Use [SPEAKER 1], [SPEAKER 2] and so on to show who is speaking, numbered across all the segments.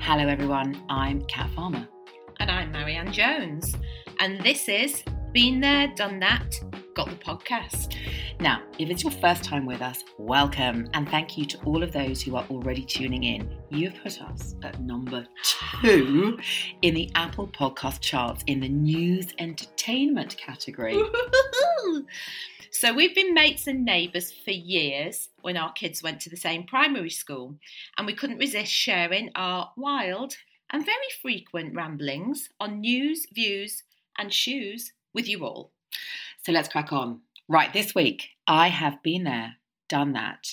[SPEAKER 1] Hello, everyone. I'm Kat Farmer.
[SPEAKER 2] And I'm Marianne Jones. And this is Been There, Done That, Got the Podcast.
[SPEAKER 1] Now, if it's your first time with us, welcome and thank you to all of those who are already tuning in. You've put us at number two in the Apple Podcast charts in the news entertainment category.
[SPEAKER 2] so we've been mates and neighbours for years when our kids went to the same primary school, and we couldn't resist sharing our wild and very frequent ramblings on news, views, and shoes with you all.
[SPEAKER 1] So let's crack on. Right, this week I have been there, done that,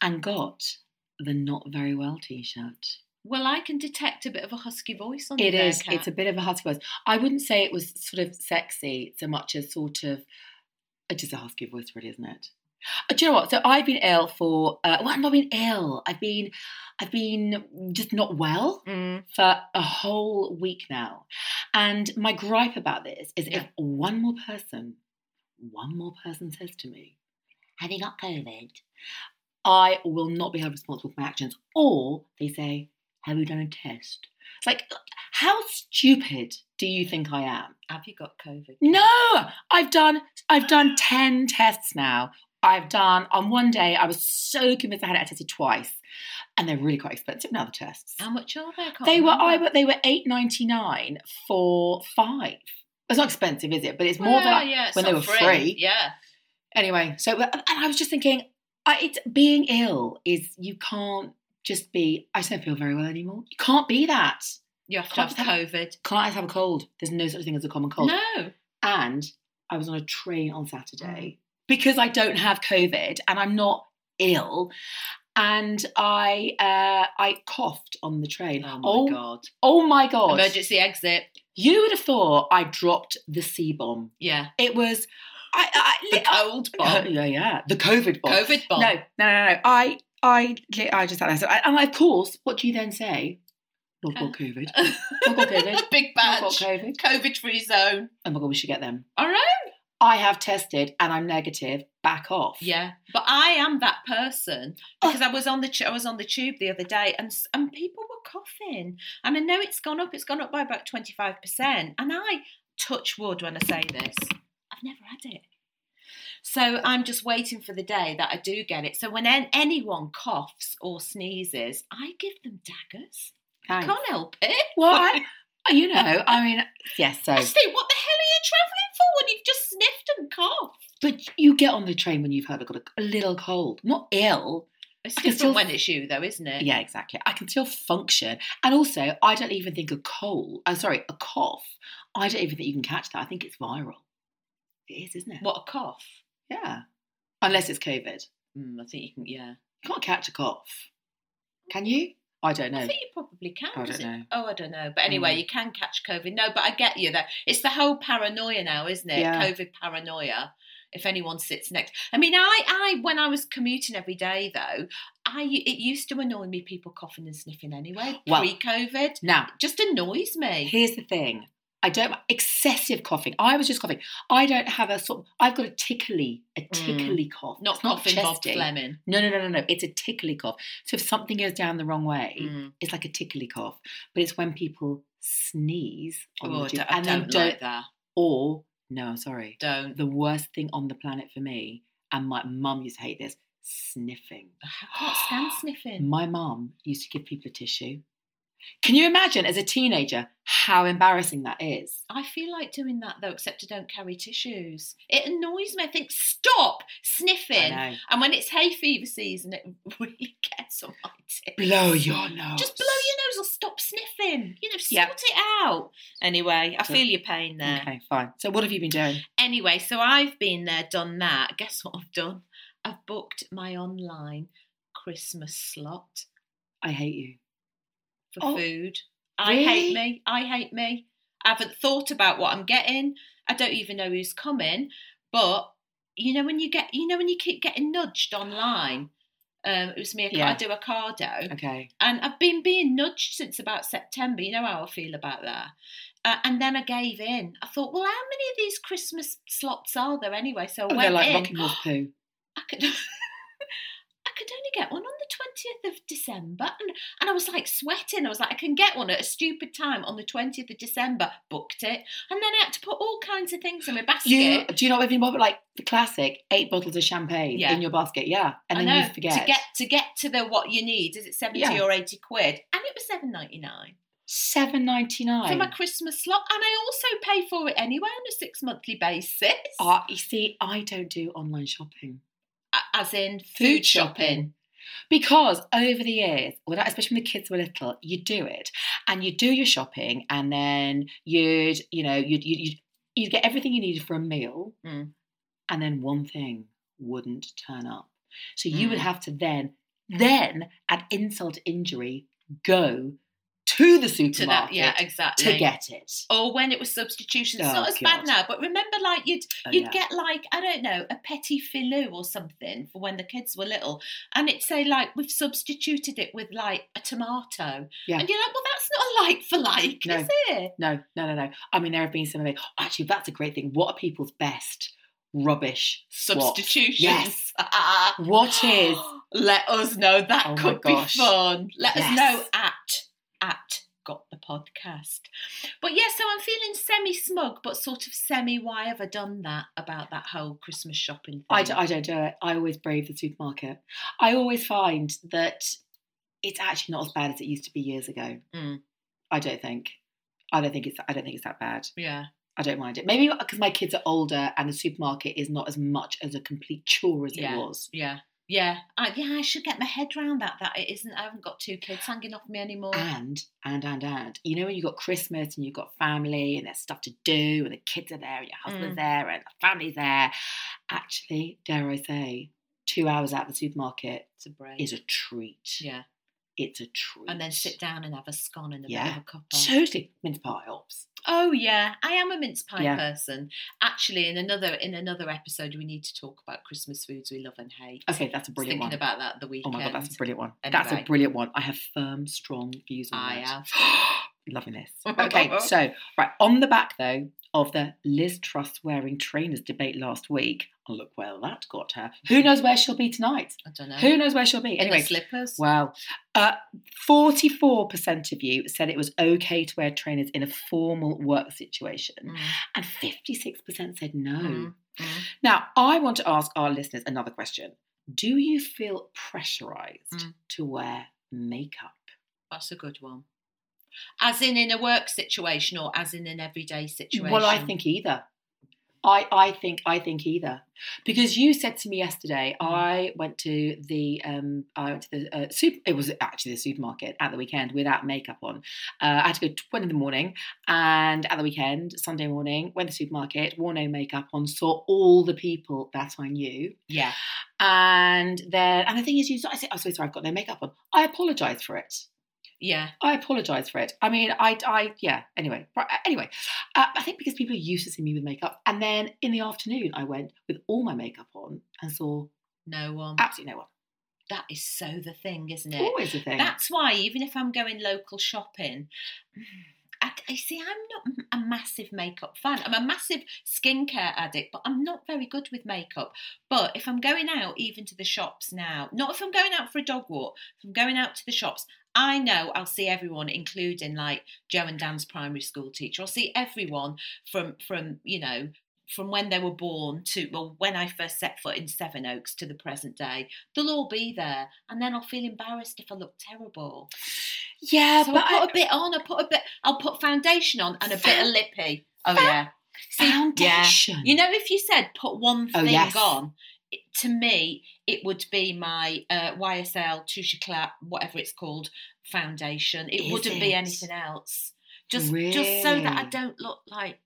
[SPEAKER 1] and got the not very well t shirt.
[SPEAKER 2] Well, I can detect a bit of a husky voice on you
[SPEAKER 1] It
[SPEAKER 2] there,
[SPEAKER 1] is.
[SPEAKER 2] Kat.
[SPEAKER 1] It's a bit of a husky voice. I wouldn't say it was sort of sexy so much as sort of. It is a husky voice, really, isn't it? Uh, Do you know what? So I've been ill for. Uh, well, I've not been ill. I've been, I've been just not well
[SPEAKER 2] Mm,
[SPEAKER 1] for a whole week now, and my gripe about this is if
[SPEAKER 2] Yeah.
[SPEAKER 1] one more person, one more person says to me, "Have you got COVID?" I will not be held responsible for my actions. Or they say, Have you done a test? It's like, how stupid do you think I am?
[SPEAKER 2] have you got COVID?
[SPEAKER 1] No, I've done I've done 10 tests now. I've done on one day I was so convinced I had it I tested twice. And they're really quite expensive now, the tests.
[SPEAKER 2] How much are they? I can't
[SPEAKER 1] They were I
[SPEAKER 2] remember.
[SPEAKER 1] but they were eight ninety nine for five. It's not expensive, is it? But it's more
[SPEAKER 2] Well,
[SPEAKER 1] than I-
[SPEAKER 2] yeah, it's
[SPEAKER 1] when they
[SPEAKER 2] not
[SPEAKER 1] were free.
[SPEAKER 2] Yeah.
[SPEAKER 1] anyway so uh, and i was just thinking I, it's being ill is you can't just be i just don't feel very well anymore you can't be that
[SPEAKER 2] You have to
[SPEAKER 1] Can't
[SPEAKER 2] have
[SPEAKER 1] just have-
[SPEAKER 2] COVID.
[SPEAKER 1] can't just have a cold there's no such thing as a common cold
[SPEAKER 2] No.
[SPEAKER 1] and i was on a train on saturday
[SPEAKER 2] Mm.
[SPEAKER 1] because i don't have covid and i'm not ill and i uh i coughed on the train
[SPEAKER 2] Oh my
[SPEAKER 1] oh,
[SPEAKER 2] God.
[SPEAKER 1] oh my god
[SPEAKER 2] Emergency exit.
[SPEAKER 1] you would have thought i dropped the c-bomb
[SPEAKER 2] Yeah.
[SPEAKER 1] it was i i, oh,
[SPEAKER 2] The cold bomb.
[SPEAKER 1] yeah yeah the covid bomb
[SPEAKER 2] COVID bomb.
[SPEAKER 1] No, no, no, no. I, I, li- I just sat there. So I, and of course, what do you then say? Not got COVID. Not got COVID. Not
[SPEAKER 2] Big
[SPEAKER 1] got
[SPEAKER 2] Uh, badge.
[SPEAKER 1] COVID.
[SPEAKER 2] COVID free zone.
[SPEAKER 1] Oh my god, we should get them.
[SPEAKER 2] All right.
[SPEAKER 1] I have tested and I'm negative. Back off.
[SPEAKER 2] Yeah. But I am that person
[SPEAKER 1] Oh.
[SPEAKER 2] because I was on the tu- I was on the tube the other day and s- and people were coughing. And I know it's gone up. It's gone up by about 25%. And I touch wood when I say this. I've never had it. So I'm just waiting for the day that I do get it. So when an- anyone coughs or sneezes, I give them daggers. I
[SPEAKER 1] Thanks.
[SPEAKER 2] can't help it.
[SPEAKER 1] Well, I, uh, you know, I mean, yes. So,
[SPEAKER 2] I just think, what the hell are you travelling for when you've just sniffed and coughed?
[SPEAKER 1] but you get on the train when you've had a, got a, a little cold, not ill.
[SPEAKER 2] It's
[SPEAKER 1] I can
[SPEAKER 2] different
[SPEAKER 1] still-
[SPEAKER 2] when it's you, though, isn't it?
[SPEAKER 1] Yeah, exactly. I can still function, and also, I don't even think a cold. I'm sorry, a cough. I don't even think you can catch that. I think it's viral. It is, isn't it?
[SPEAKER 2] What a cough.
[SPEAKER 1] Yeah. Unless it's COVID.
[SPEAKER 2] Mm, I think you can, yeah.
[SPEAKER 1] You can't catch a cough. Can you? I don't
[SPEAKER 2] I
[SPEAKER 1] know.
[SPEAKER 2] think you probably can.
[SPEAKER 1] I
[SPEAKER 2] does
[SPEAKER 1] don't
[SPEAKER 2] it-
[SPEAKER 1] know.
[SPEAKER 2] Oh, I don't know. But anyway,
[SPEAKER 1] Mm.
[SPEAKER 2] you can catch COVID. No, but I get you there. It's the whole paranoia now, isn't it?
[SPEAKER 1] Yeah.
[SPEAKER 2] COVID paranoia. If anyone sits next, I mean, I, I, when I was commuting every day though, I, it used to annoy me people coughing and sniffing anyway.
[SPEAKER 1] Well-
[SPEAKER 2] Pre-COVID,
[SPEAKER 1] Now,
[SPEAKER 2] just annoys me.
[SPEAKER 1] here's the thing. I don't excessive coughing. I was just coughing. I don't have a sort. I've got a tickly, a tickly cough.
[SPEAKER 2] Hmm. Not
[SPEAKER 1] It's
[SPEAKER 2] coughing Bob
[SPEAKER 1] chesty.
[SPEAKER 2] Fleming.
[SPEAKER 1] No, no, no, no, no. It's a tickly cough. So if something goes down the wrong way,
[SPEAKER 2] Mm.
[SPEAKER 1] it's like a tickly cough. But it's when people sneeze on the
[SPEAKER 2] Oh, I
[SPEAKER 1] tube
[SPEAKER 2] don't, I
[SPEAKER 1] and then
[SPEAKER 2] don't
[SPEAKER 1] don't.
[SPEAKER 2] like that.
[SPEAKER 1] Or no, I'm sorry.
[SPEAKER 2] Don't.
[SPEAKER 1] The worst thing on the planet for me, and my mum used to hate this, sniffing.
[SPEAKER 2] I can't stand sniffing.
[SPEAKER 1] My mum used to give people a tissue. Can you imagine as a teenager how embarrassing that is?
[SPEAKER 2] I feel like doing that though, except I don't carry tissues. It annoys me. I think stop sniffing.
[SPEAKER 1] I know.
[SPEAKER 2] And when it's hay fever season, it really gets on my tits.
[SPEAKER 1] Blow your nose.
[SPEAKER 2] Just blow your nose or stop sniffing. You know, sort
[SPEAKER 1] Yeah.
[SPEAKER 2] it out. Anyway, I
[SPEAKER 1] So-
[SPEAKER 2] feel your pain there.
[SPEAKER 1] Okay, fine. So what have you been doing?
[SPEAKER 2] Anyway, so I've been there, done that. Guess what I've done? I've booked my online Christmas slot.
[SPEAKER 1] I hate you.
[SPEAKER 2] for
[SPEAKER 1] Oh,
[SPEAKER 2] food. I
[SPEAKER 1] really?
[SPEAKER 2] hate me. I hate me. I haven't thought about what I'm getting. I don't even know who's coming. But you know when you get, you know when you keep getting nudged online. Um, it was me.
[SPEAKER 1] Yeah.
[SPEAKER 2] I do a cardo,
[SPEAKER 1] Okay.
[SPEAKER 2] and I've been being nudged since about September. You know how I feel about that. Uh, and then I gave in. I thought, well, how many of these Christmas slots are there anyway? So I
[SPEAKER 1] Oh, they're
[SPEAKER 2] went
[SPEAKER 1] like
[SPEAKER 2] in.
[SPEAKER 1] rocking horse poo.
[SPEAKER 2] I could. I could only get one on the 20th of December. And, and I was like sweating. I was like, I can get one at a stupid time on the 20th of December. Booked it. And then I had to put all kinds of things in my basket.
[SPEAKER 1] You do you know what I mean? What like the classic eight bottles of champagne
[SPEAKER 2] Yeah.
[SPEAKER 1] in your basket, yeah, and
[SPEAKER 2] I
[SPEAKER 1] then
[SPEAKER 2] know,
[SPEAKER 1] you forget.
[SPEAKER 2] to get to get to the what you need is it 70
[SPEAKER 1] Yeah.
[SPEAKER 2] or 80 quid and it was 7.99
[SPEAKER 1] Seven ninety
[SPEAKER 2] for
[SPEAKER 1] nine.
[SPEAKER 2] my Christmas slot and I also pay for it anyway on a six monthly basis
[SPEAKER 1] Ah, you see, I don't do online shopping.
[SPEAKER 2] A- as in food shopping
[SPEAKER 1] Because over the years, when I- especially when the kids were little, you do it and you do your shopping, and then you'd, you know, you'd, you'd, you'd, you'd get everything you needed for a meal,
[SPEAKER 2] Mm.
[SPEAKER 1] and then one thing wouldn't turn up. So you would
[SPEAKER 2] Mm.
[SPEAKER 1] have to then, then add insult to injury, go to the supermarket
[SPEAKER 2] to that yeah exactly
[SPEAKER 1] to get it.
[SPEAKER 2] or when it was substitution it's
[SPEAKER 1] Oh,
[SPEAKER 2] not as
[SPEAKER 1] God.
[SPEAKER 2] bad now but remember like you'd
[SPEAKER 1] Oh,
[SPEAKER 2] you'd
[SPEAKER 1] yeah.
[SPEAKER 2] get like I don't know a petit filou or something for when the kids were little, and it'd say like we've substituted it with like a tomato,
[SPEAKER 1] Yeah.
[SPEAKER 2] and you're like, well, that's not a like for like,
[SPEAKER 1] No.
[SPEAKER 2] is it?
[SPEAKER 1] No, no, no, no. I mean, there have been some of it. Actually, that's a great thing. What are people's best rubbish swaps?
[SPEAKER 2] Substitutions.
[SPEAKER 1] Yes.
[SPEAKER 2] Ah.
[SPEAKER 1] What is
[SPEAKER 2] Let us know. That
[SPEAKER 1] Oh my
[SPEAKER 2] could be
[SPEAKER 1] gosh.
[SPEAKER 2] fun. Let
[SPEAKER 1] Yes.
[SPEAKER 2] us know at at got the podcast. But yeah, so I'm feeling semi smug, but sort of semi. Why have I done that about that whole Christmas shopping thing?
[SPEAKER 1] I, d- I don't do it. I always brave the supermarket. I always find that it's actually not as bad as it used to be years ago.
[SPEAKER 2] Mm.
[SPEAKER 1] I don't think. I don't think it's. I don't think it's that bad.
[SPEAKER 2] yeah.
[SPEAKER 1] I don't mind it. Maybe because my kids are older and the supermarket is not as much as a complete chore as
[SPEAKER 2] Yeah.
[SPEAKER 1] it was.
[SPEAKER 2] Yeah. Yeah, I, yeah, I should get my head round that. That it isn't. I haven't got two kids hanging off me anymore.
[SPEAKER 1] And and and and you know when you've got Christmas and you've got family and there's stuff to do and the kids are there and your
[SPEAKER 2] Mm.
[SPEAKER 1] husband's there and the family's there. Actually, dare I say, two hours out of the supermarket
[SPEAKER 2] It's a break.
[SPEAKER 1] is a treat.
[SPEAKER 2] yeah,
[SPEAKER 1] It's a treat.
[SPEAKER 2] and then sit down and have a scone and a
[SPEAKER 1] Yeah.
[SPEAKER 2] bit of a cuppa.
[SPEAKER 1] Totally. Mince pie helps.
[SPEAKER 2] Oh yeah, I am a mince pie
[SPEAKER 1] Yeah.
[SPEAKER 2] person. Actually, in another in another episode, we need to talk about Christmas foods we love and hate.
[SPEAKER 1] Okay, that's a
[SPEAKER 2] I was
[SPEAKER 1] brilliant
[SPEAKER 2] thinking
[SPEAKER 1] one.
[SPEAKER 2] about that the
[SPEAKER 1] oh
[SPEAKER 2] weekend.
[SPEAKER 1] my god, that's a brilliant one. That's a
[SPEAKER 2] Anyway.
[SPEAKER 1] brilliant one. I have firm, strong views on
[SPEAKER 2] I
[SPEAKER 1] that.
[SPEAKER 2] have.
[SPEAKER 1] Loving this. Okay, so right on the back though of the Liz Truss wearing trainers debate last week. Oh, look where that got her. Who knows where she'll be tonight?
[SPEAKER 2] I don't know.
[SPEAKER 1] Who knows where she'll be?
[SPEAKER 2] Oh. In her
[SPEAKER 1] Anyway,
[SPEAKER 2] slippers.
[SPEAKER 1] Wow. Uh, 44% of you said it was okay to wear trainers in a formal work situation,
[SPEAKER 2] Mm,
[SPEAKER 1] and 56% said no.
[SPEAKER 2] mm, mm.
[SPEAKER 1] Now, I want to ask our listeners another question Do you feel pressurized
[SPEAKER 2] Mm.
[SPEAKER 1] to wear makeup?
[SPEAKER 2] That's a good one. As in in a work situation or as in an everyday situation.
[SPEAKER 1] Well, I think either. I, I think I think either because you said to me yesterday
[SPEAKER 2] Mm.
[SPEAKER 1] I went to the um I went to the uh, super it was actually the supermarket at the weekend without makeup on uh, I had to go to one in the morning and at the weekend Sunday morning went to the supermarket wore no makeup on saw all the people that I knew
[SPEAKER 2] Yeah.
[SPEAKER 1] and then and the thing is you I said I'm so sorry I've got no makeup on I apologise for it
[SPEAKER 2] Yeah.
[SPEAKER 1] I apologise for it. I mean, I, I, yeah. Anyway, right, anyway, uh, I think because people are used to seeing me with makeup, and then in the afternoon, I went with all my makeup on and saw
[SPEAKER 2] No one.
[SPEAKER 1] absolutely no one.
[SPEAKER 2] That is so the thing, isn't it?
[SPEAKER 1] Always a thing.
[SPEAKER 2] That's why, even if I'm going local shopping, I, I see I'm not a massive makeup fan. I'm a massive skincare addict, but I'm not very good with makeup. But if I'm going out, even to the shops now, not if I'm going out for a dog walk, if I'm going out to the shops, I know I'll see everyone, including like Joe and Dan's primary school teacher. I'll see everyone from from you know from when they were born to well when I first set foot in Sevenoaks to the present day. They'll all be there, and then I'll feel embarrassed if I look terrible.
[SPEAKER 1] yeah,
[SPEAKER 2] so
[SPEAKER 1] Uh, but
[SPEAKER 2] I put a bit on. I put a bit. I'll put foundation on and a bit of lippy. Oh yeah. See, yeah.
[SPEAKER 1] foundation.
[SPEAKER 2] You know, if you said put one
[SPEAKER 1] Oh,
[SPEAKER 2] thing
[SPEAKER 1] yes.
[SPEAKER 2] on, it, to me it would be my uh, YSL Touche Clap, whatever it's called, foundation. It
[SPEAKER 1] Is
[SPEAKER 2] wouldn't be
[SPEAKER 1] it?
[SPEAKER 2] anything else. Just, just so that I
[SPEAKER 1] Really?
[SPEAKER 2] don't look like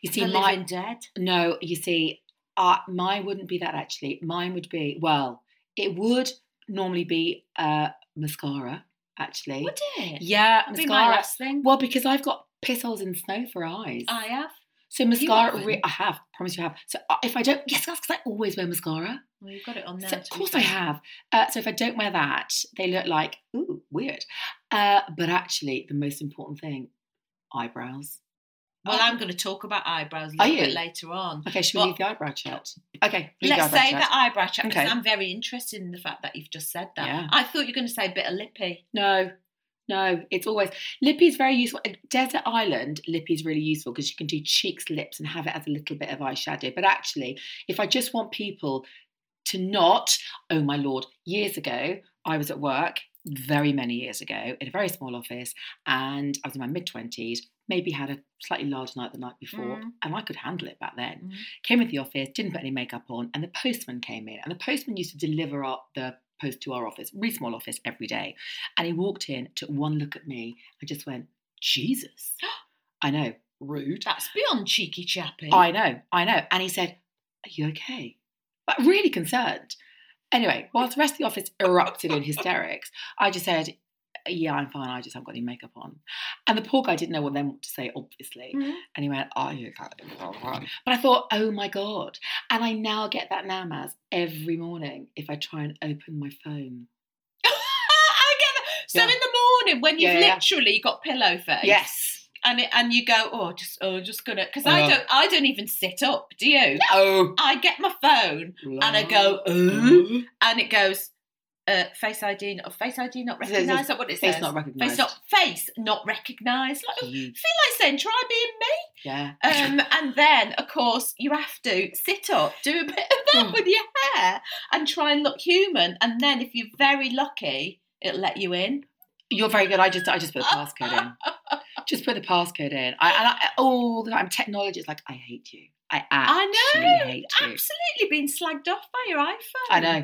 [SPEAKER 1] you
[SPEAKER 2] the
[SPEAKER 1] see,
[SPEAKER 2] living
[SPEAKER 1] mine.
[SPEAKER 2] dead.
[SPEAKER 1] No, you see, uh, mine wouldn't be that actually. Mine would be well, it would normally be uh, mascara actually.
[SPEAKER 2] Would it?
[SPEAKER 1] Yeah,
[SPEAKER 2] That'd be my
[SPEAKER 1] mascara.
[SPEAKER 2] last thing.
[SPEAKER 1] Well, because I've got piss holes in snow for eyes.
[SPEAKER 2] I have.
[SPEAKER 1] So mascara,
[SPEAKER 2] haven't?
[SPEAKER 1] re- I have. Promise you, I have. So uh, if I don't, yes, that's because I always wear mascara.
[SPEAKER 2] Well, you've got it on there.
[SPEAKER 1] so of
[SPEAKER 2] to be
[SPEAKER 1] course I
[SPEAKER 2] fair.
[SPEAKER 1] have. Uh, so if I don't wear that, they look like ooh weird. Uh, but actually, the most important thing, eyebrows.
[SPEAKER 2] Well,
[SPEAKER 1] Oh.
[SPEAKER 2] I'm going to talk about eyebrows a
[SPEAKER 1] Are
[SPEAKER 2] little bit
[SPEAKER 1] you?
[SPEAKER 2] later on.
[SPEAKER 1] Okay, should we
[SPEAKER 2] Well-
[SPEAKER 1] leave the eyebrow chat? Okay, leave
[SPEAKER 2] Let's
[SPEAKER 1] the eyebrow
[SPEAKER 2] say
[SPEAKER 1] chat.
[SPEAKER 2] that eyebrow chat because
[SPEAKER 1] Okay.
[SPEAKER 2] I'm very interested in the fact that you've just said that.
[SPEAKER 1] Yeah.
[SPEAKER 2] I thought you were going to say bit of lippy.
[SPEAKER 1] No, no, it's always Lippy's very useful. Uh, Desert Island Lippy's really useful because you can do cheeks, lips, and have it as a little bit of eyeshadow. But actually, if I just want people to not, oh my lord, years ago I was at work very many years ago in a very small office, and I was in my mid twenties. Maybe had a slightly large night the night before,
[SPEAKER 2] Mm.
[SPEAKER 1] and I could handle it back then.
[SPEAKER 2] Mm.
[SPEAKER 1] Came into the office, didn't put any makeup on, and the postman came in. And the postman used to deliver our, the post to our office, really small office, every day. And he walked in, took one look at me, and just went, Jesus. I know, rude.
[SPEAKER 2] That's beyond cheeky chappy.
[SPEAKER 1] I know, I know. And he said, Are you okay? But really concerned. Anyway, whilst the rest of the office erupted in hysterics, I just said, Yeah, I'm fine. I just haven't got any makeup on. And the poor guy didn't know what then what to say, obviously.
[SPEAKER 2] Mhm.
[SPEAKER 1] And he went, Oh, you can't. do that." But I thought, Oh my God. And I now get that Namaz every morning if I try and open my phone.
[SPEAKER 2] I get that. So
[SPEAKER 1] Yeah.
[SPEAKER 2] in the morning when you've
[SPEAKER 1] Yeah, yeah.
[SPEAKER 2] literally got pillow face,
[SPEAKER 1] Yes.
[SPEAKER 2] and it, and you go, oh, just oh, just gonna because I
[SPEAKER 1] Uh.
[SPEAKER 2] don't I don't even sit up, do you?
[SPEAKER 1] Oh.
[SPEAKER 2] I get my phone and I go, oh,
[SPEAKER 1] "Oh."
[SPEAKER 2] and it goes, uh, face ID not face ID not
[SPEAKER 1] It says-
[SPEAKER 2] recognised. That what it says?
[SPEAKER 1] Face not recognised.
[SPEAKER 2] face not face not recognised. Like,
[SPEAKER 1] You-
[SPEAKER 2] feel like saying try being me.
[SPEAKER 1] Yeah.
[SPEAKER 2] Um, and then, of course, you have to sit up, do a bit of
[SPEAKER 1] Hmm.
[SPEAKER 2] that with your hair, and try and look human. And then, if you're very lucky, it'll let you in.
[SPEAKER 1] You're very good. I just I just put the passcode in. Just put the passcode in. I, and I all the time technology is like I hate you. I actually
[SPEAKER 2] know,
[SPEAKER 1] hate you.
[SPEAKER 2] Absolutely being slagged off by your iPhone.
[SPEAKER 1] I know.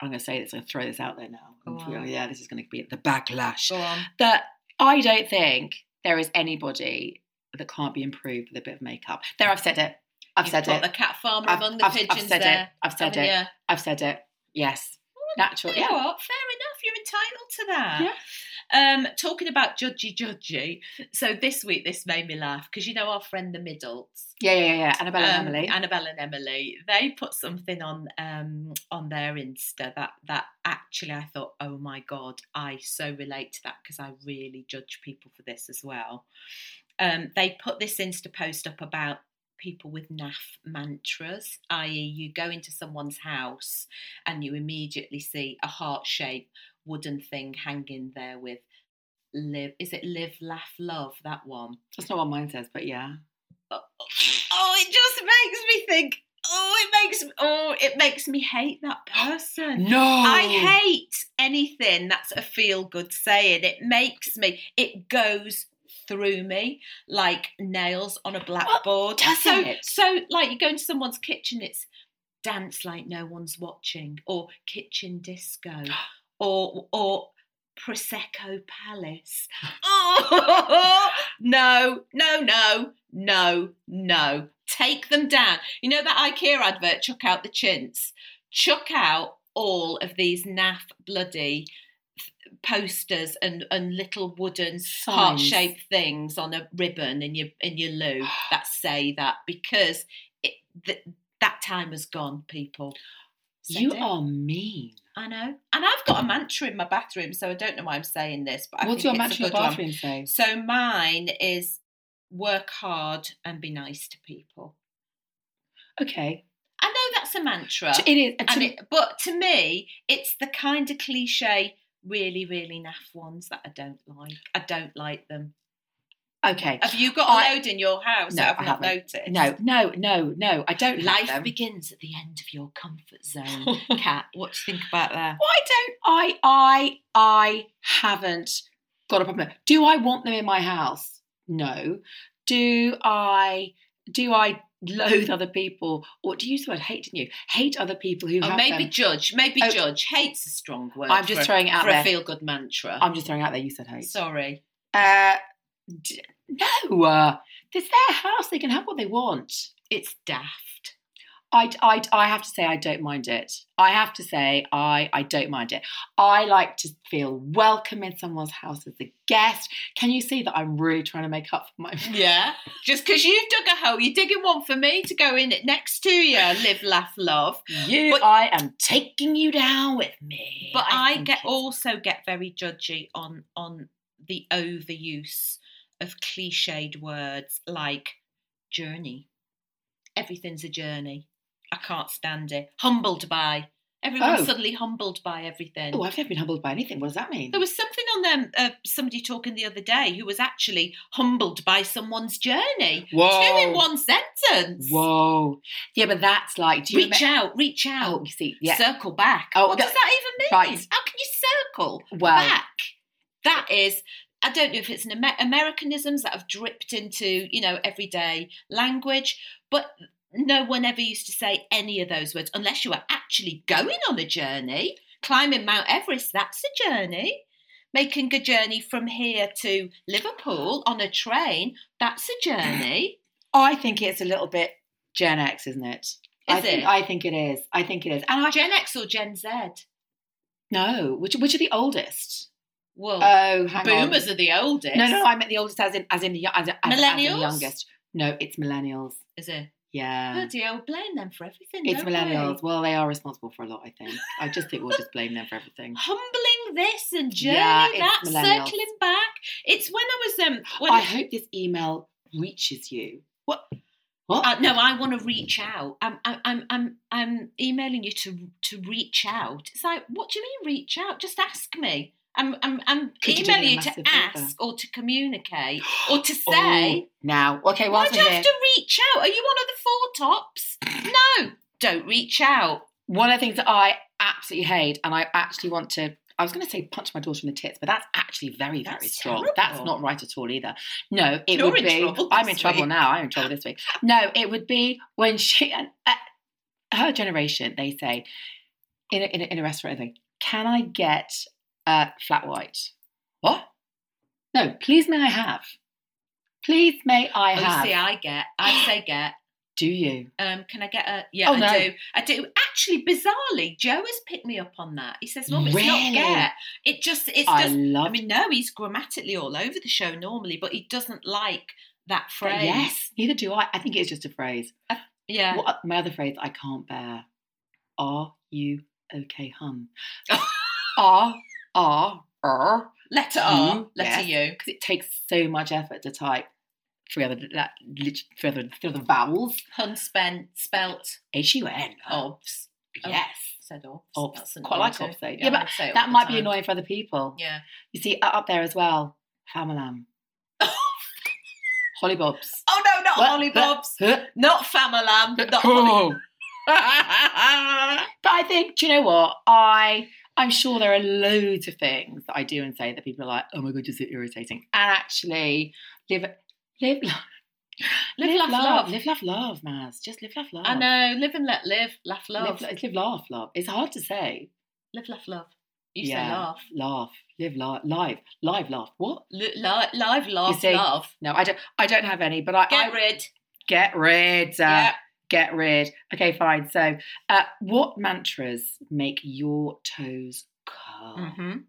[SPEAKER 1] I'm gonna say this. I'm gonna throw this out there now.
[SPEAKER 2] Go on.
[SPEAKER 1] Yeah, this is gonna be the backlash.
[SPEAKER 2] Go on.
[SPEAKER 1] That I don't think there is anybody that can't be improved with a bit of makeup. There, I've said it. I've
[SPEAKER 2] You've
[SPEAKER 1] said
[SPEAKER 2] put
[SPEAKER 1] it.
[SPEAKER 2] the cat farmer
[SPEAKER 1] I've,
[SPEAKER 2] among the
[SPEAKER 1] I've- I've
[SPEAKER 2] pigeons
[SPEAKER 1] said
[SPEAKER 2] there.
[SPEAKER 1] it. I've said
[SPEAKER 2] haven't
[SPEAKER 1] it.
[SPEAKER 2] you?
[SPEAKER 1] I've said it. Yes. Natural.
[SPEAKER 2] You know
[SPEAKER 1] Yeah.
[SPEAKER 2] what? Fair enough. You're entitled to that. Um, talking about judgy judgy. So this week, this made me laugh because you know our friend the Middles.
[SPEAKER 1] Yeah. Yeah. Yeah. yeah. Annabella
[SPEAKER 2] Um,
[SPEAKER 1] and Emily.
[SPEAKER 2] Annabelle and Emily. They put something on um, on their Insta that that actually I thought, oh my god, I so relate to that because I really judge people for this as well. Um, they put this Insta post up about people with naff mantras, i.e., you go into someone's house and you immediately see a heart shape wooden thing hanging there with live is it live laugh love that one
[SPEAKER 1] That's not what mine says, but yeah.
[SPEAKER 2] oh, it just makes me think. Oh, it makes oh, it makes me hate that person.
[SPEAKER 1] No.
[SPEAKER 2] I hate anything that's a feel good saying. It makes me. It goes through me like nails on a blackboard.
[SPEAKER 1] doesn't
[SPEAKER 2] so
[SPEAKER 1] it?
[SPEAKER 2] so like you go into someone's kitchen. It's dance like no one's watching, or kitchen disco, or or prosecco palace. Oh no, no, no, no, no. Take them down. You know that IKEA advert, chuck out the chintz. Chuck out all of these naff bloody posters and, and little wooden
[SPEAKER 1] Signs.
[SPEAKER 2] heart shaped things on a ribbon in your in your loo that say that because it, th- that time has gone, people. Said
[SPEAKER 1] You
[SPEAKER 2] it.
[SPEAKER 1] are mean.
[SPEAKER 2] I know, and I've got a mantra in my bathroom, so I don't know why I'm saying this, but I
[SPEAKER 1] What's
[SPEAKER 2] think
[SPEAKER 1] your match
[SPEAKER 2] it's
[SPEAKER 1] in
[SPEAKER 2] a
[SPEAKER 1] your
[SPEAKER 2] good one.
[SPEAKER 1] bathroom say?
[SPEAKER 2] So mine is work hard and be nice to people.
[SPEAKER 1] Okay.
[SPEAKER 2] I know that's a mantra,
[SPEAKER 1] T- It is.
[SPEAKER 2] and
[SPEAKER 1] to-
[SPEAKER 2] it, but to me, it's the kind of cliche, really, really naff ones that I don't like. I don't like them.
[SPEAKER 1] okay.
[SPEAKER 2] Have you got
[SPEAKER 1] I-
[SPEAKER 2] a load in your house?
[SPEAKER 1] No,
[SPEAKER 2] that I've
[SPEAKER 1] I
[SPEAKER 2] not
[SPEAKER 1] haven't.
[SPEAKER 2] noticed.
[SPEAKER 1] No, no, no, no. I don't like
[SPEAKER 2] Life
[SPEAKER 1] them.
[SPEAKER 2] begins at the end of your comfort zone.
[SPEAKER 1] Why
[SPEAKER 2] Cat, what do you think about that?
[SPEAKER 1] don't I? I I haven't got a problem. Do I want them in my house? No. Do I? Do I loathe other people? Or do you use the word hate? Didn't you hate other people who
[SPEAKER 2] Or
[SPEAKER 1] have
[SPEAKER 2] Oh, maybe
[SPEAKER 1] them?
[SPEAKER 2] judge. Maybe
[SPEAKER 1] Oh.
[SPEAKER 2] judge. Hate's a strong word.
[SPEAKER 1] I'm just
[SPEAKER 2] for,
[SPEAKER 1] throwing it out
[SPEAKER 2] for a
[SPEAKER 1] there.
[SPEAKER 2] feel good mantra.
[SPEAKER 1] I'm just throwing it out there. You said hate.
[SPEAKER 2] Sorry.
[SPEAKER 1] Uh, d- no, uh, it's their house. They can have what they want.
[SPEAKER 2] It's daft.
[SPEAKER 1] I, I, I have to say I don't mind it. I have to say I, I don't mind it. I like to feel welcome in someone's house as a guest. Can you see that I'm really trying to make up for my
[SPEAKER 2] Yeah. Just because you've dug a hole, you're digging one for me to go in next to you. Live, laugh, love.
[SPEAKER 1] you?
[SPEAKER 2] But-
[SPEAKER 1] I am taking you down with me.
[SPEAKER 2] But I,
[SPEAKER 1] think
[SPEAKER 2] get
[SPEAKER 1] it's-
[SPEAKER 2] also get very judgy on on the overuse of cliched words like journey. Everything's a journey. I can't stand it. Humbled by. Everyone's
[SPEAKER 1] Oh.
[SPEAKER 2] suddenly humbled by everything.
[SPEAKER 1] Oh, I've never been humbled by anything. What does that mean?
[SPEAKER 2] There was something on them, uh, somebody talking the other day who was actually humbled by someone's journey. Two in one sentence.
[SPEAKER 1] Oh. Whoa. Yeah, but that's like, do you
[SPEAKER 2] Reach
[SPEAKER 1] remem-
[SPEAKER 2] out, reach out,
[SPEAKER 1] Oh, you see, yeah.
[SPEAKER 2] circle back.
[SPEAKER 1] Oh,
[SPEAKER 2] what
[SPEAKER 1] no,
[SPEAKER 2] does that even mean?
[SPEAKER 1] right.
[SPEAKER 2] How can you circle
[SPEAKER 1] well,
[SPEAKER 2] back? That is, I don't know if it's an Amer- Americanisms that have dripped into you know everyday language, but no one ever used to say any of those words unless you were actually going on a journey, climbing Mount Everest. That's a journey. Making a journey from here to Liverpool on a train, that's a journey.
[SPEAKER 1] I think it's a little bit Gen X, isn't it? I
[SPEAKER 2] Is
[SPEAKER 1] think,
[SPEAKER 2] it?
[SPEAKER 1] I think it is. I think it is. And I
[SPEAKER 2] Gen X or Gen Z?
[SPEAKER 1] no, which which are the oldest?
[SPEAKER 2] Well,
[SPEAKER 1] Oh, hang on.
[SPEAKER 2] Um, boomers are the oldest.
[SPEAKER 1] No, no, I meant the oldest as in as in the yo- as, as, as in
[SPEAKER 2] Millennials?
[SPEAKER 1] the youngest. No, it's millennials.
[SPEAKER 2] Is it?
[SPEAKER 1] Yeah.
[SPEAKER 2] Bloody hell, blame them for everything.
[SPEAKER 1] It's
[SPEAKER 2] don't we?
[SPEAKER 1] millennials. Well, they are responsible for a lot, I think. I just think we'll just blame them for everything.
[SPEAKER 2] Humbling this and journey
[SPEAKER 1] Yeah, it's
[SPEAKER 2] that,
[SPEAKER 1] millennials.
[SPEAKER 2] circling back. It's when I was um. When
[SPEAKER 1] I hope this email reaches you. What? What?
[SPEAKER 2] Uh, no, I want to reach out. I'm, I'm, I'm, I'm, I'm emailing you to to reach out. It's like, what do you mean reach out? Just ask me. I'm, I'm, I'm
[SPEAKER 1] Could you do me
[SPEAKER 2] emailing
[SPEAKER 1] a
[SPEAKER 2] you, to
[SPEAKER 1] massive favour?
[SPEAKER 2] ask or to communicate or to say.
[SPEAKER 1] Oh, now. Okay,
[SPEAKER 2] Why
[SPEAKER 1] whilst
[SPEAKER 2] do
[SPEAKER 1] we're
[SPEAKER 2] you
[SPEAKER 1] here,
[SPEAKER 2] have to reach out? Are you one of the four tops? No, don't reach out.
[SPEAKER 1] one of the things that I absolutely hate, and I actually want to. I was going to say punch my daughter in the tits, but that's actually very, very
[SPEAKER 2] That's
[SPEAKER 1] strong.
[SPEAKER 2] terrible.
[SPEAKER 1] That's not right at all either. No, it
[SPEAKER 2] You're
[SPEAKER 1] would
[SPEAKER 2] in
[SPEAKER 1] be.
[SPEAKER 2] trouble
[SPEAKER 1] I'm
[SPEAKER 2] this
[SPEAKER 1] in trouble
[SPEAKER 2] week.
[SPEAKER 1] now. I'm in trouble this week. No, it would be when she and uh, her generation. They say in a, in a, in a restaurant, they "Can I get uh, flat white?" What? No, please may I have. Please may I
[SPEAKER 2] Oh,
[SPEAKER 1] have.
[SPEAKER 2] you see, I get. I say get.
[SPEAKER 1] Do you?
[SPEAKER 2] Um, can I get a? Yeah,
[SPEAKER 1] Oh,
[SPEAKER 2] I
[SPEAKER 1] no.
[SPEAKER 2] do. I do. Actually, bizarrely, Joe has picked me up on that. He says, "Mum, it's
[SPEAKER 1] Really?
[SPEAKER 2] not get. It just, it's
[SPEAKER 1] I
[SPEAKER 2] just."
[SPEAKER 1] love.
[SPEAKER 2] I mean, no, he's grammatically all over the show normally, but he doesn't like that
[SPEAKER 1] but
[SPEAKER 2] phrase.
[SPEAKER 1] yes, neither do I. I think it's just a phrase.
[SPEAKER 2] Yeah.
[SPEAKER 1] What my other phrase I can't bear? Are you okay, hun? R R R
[SPEAKER 2] Letter R.
[SPEAKER 1] You,
[SPEAKER 2] letter U.
[SPEAKER 1] because er, it takes so much effort to type three other that lit- three other, three other vowels.
[SPEAKER 2] Hun spent spelt
[SPEAKER 1] H U N.
[SPEAKER 2] Oh,
[SPEAKER 1] Oh,
[SPEAKER 2] obs.
[SPEAKER 1] yes.
[SPEAKER 2] Said obs.
[SPEAKER 1] Obs.
[SPEAKER 2] That's
[SPEAKER 1] Quite
[SPEAKER 2] annoying
[SPEAKER 1] like
[SPEAKER 2] too.
[SPEAKER 1] obs though.
[SPEAKER 2] Yeah,
[SPEAKER 1] Yeah,
[SPEAKER 2] I
[SPEAKER 1] but
[SPEAKER 2] say it all
[SPEAKER 1] That
[SPEAKER 2] the
[SPEAKER 1] might be
[SPEAKER 2] time.
[SPEAKER 1] annoying for other people.
[SPEAKER 2] Yeah.
[SPEAKER 1] You see, u- up there as well, Famalam, Hollybobs.
[SPEAKER 2] oh no, not
[SPEAKER 1] What?
[SPEAKER 2] Holly Bobs.
[SPEAKER 1] Huh?
[SPEAKER 2] Not Famalam. Not Holly.
[SPEAKER 1] Oh. But I think, do you know what? I I'm sure there are loads of things that I do and say that people are like, oh my god, you're so irritating. And actually, live live live,
[SPEAKER 2] Live, laugh, love.
[SPEAKER 1] Live laugh love, Maz. Just live laugh love.
[SPEAKER 2] I know. Live and let live. Laugh, love.
[SPEAKER 1] Oh. Live, it's live laugh love. It's hard to say.
[SPEAKER 2] Live, laugh, love. You say
[SPEAKER 1] Yeah.
[SPEAKER 2] laugh.
[SPEAKER 1] Laugh. Live laugh live. Live laugh. What?
[SPEAKER 2] Li- li- live, laugh,
[SPEAKER 1] see-
[SPEAKER 2] love.
[SPEAKER 1] No, I don't I don't have any, but I
[SPEAKER 2] Get
[SPEAKER 1] I,
[SPEAKER 2] rid.
[SPEAKER 1] get rid. uh,
[SPEAKER 2] yeah.
[SPEAKER 1] Get rid. Okay, fine. So uh, what mantras make your toes curl?
[SPEAKER 2] Mm-hmm.
[SPEAKER 1] Let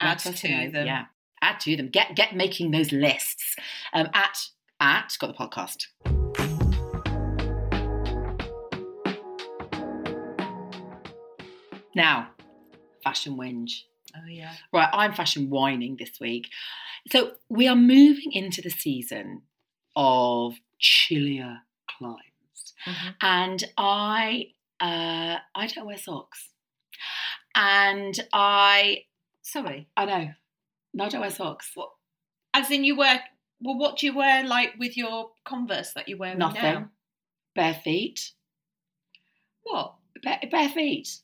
[SPEAKER 2] Add
[SPEAKER 1] us
[SPEAKER 2] to
[SPEAKER 1] know.
[SPEAKER 2] them.
[SPEAKER 1] Yeah, add to them. Get get making those lists. Um, at at got the podcast. Now, fashion whinge.
[SPEAKER 2] Oh yeah.
[SPEAKER 1] Right, I'm fashion whining this week. So we are moving into the season of chillier climes, Mm-hmm.
[SPEAKER 2] Mhm.
[SPEAKER 1] and I uh, I don't wear socks, and I
[SPEAKER 2] Sorry.
[SPEAKER 1] I know. No, I don't wear socks.
[SPEAKER 2] As in, you wear. Well, what do you wear like with your Converse that you wear
[SPEAKER 1] Nothing.
[SPEAKER 2] now?
[SPEAKER 1] Bare feet.
[SPEAKER 2] What?
[SPEAKER 1] Bare, bare feet.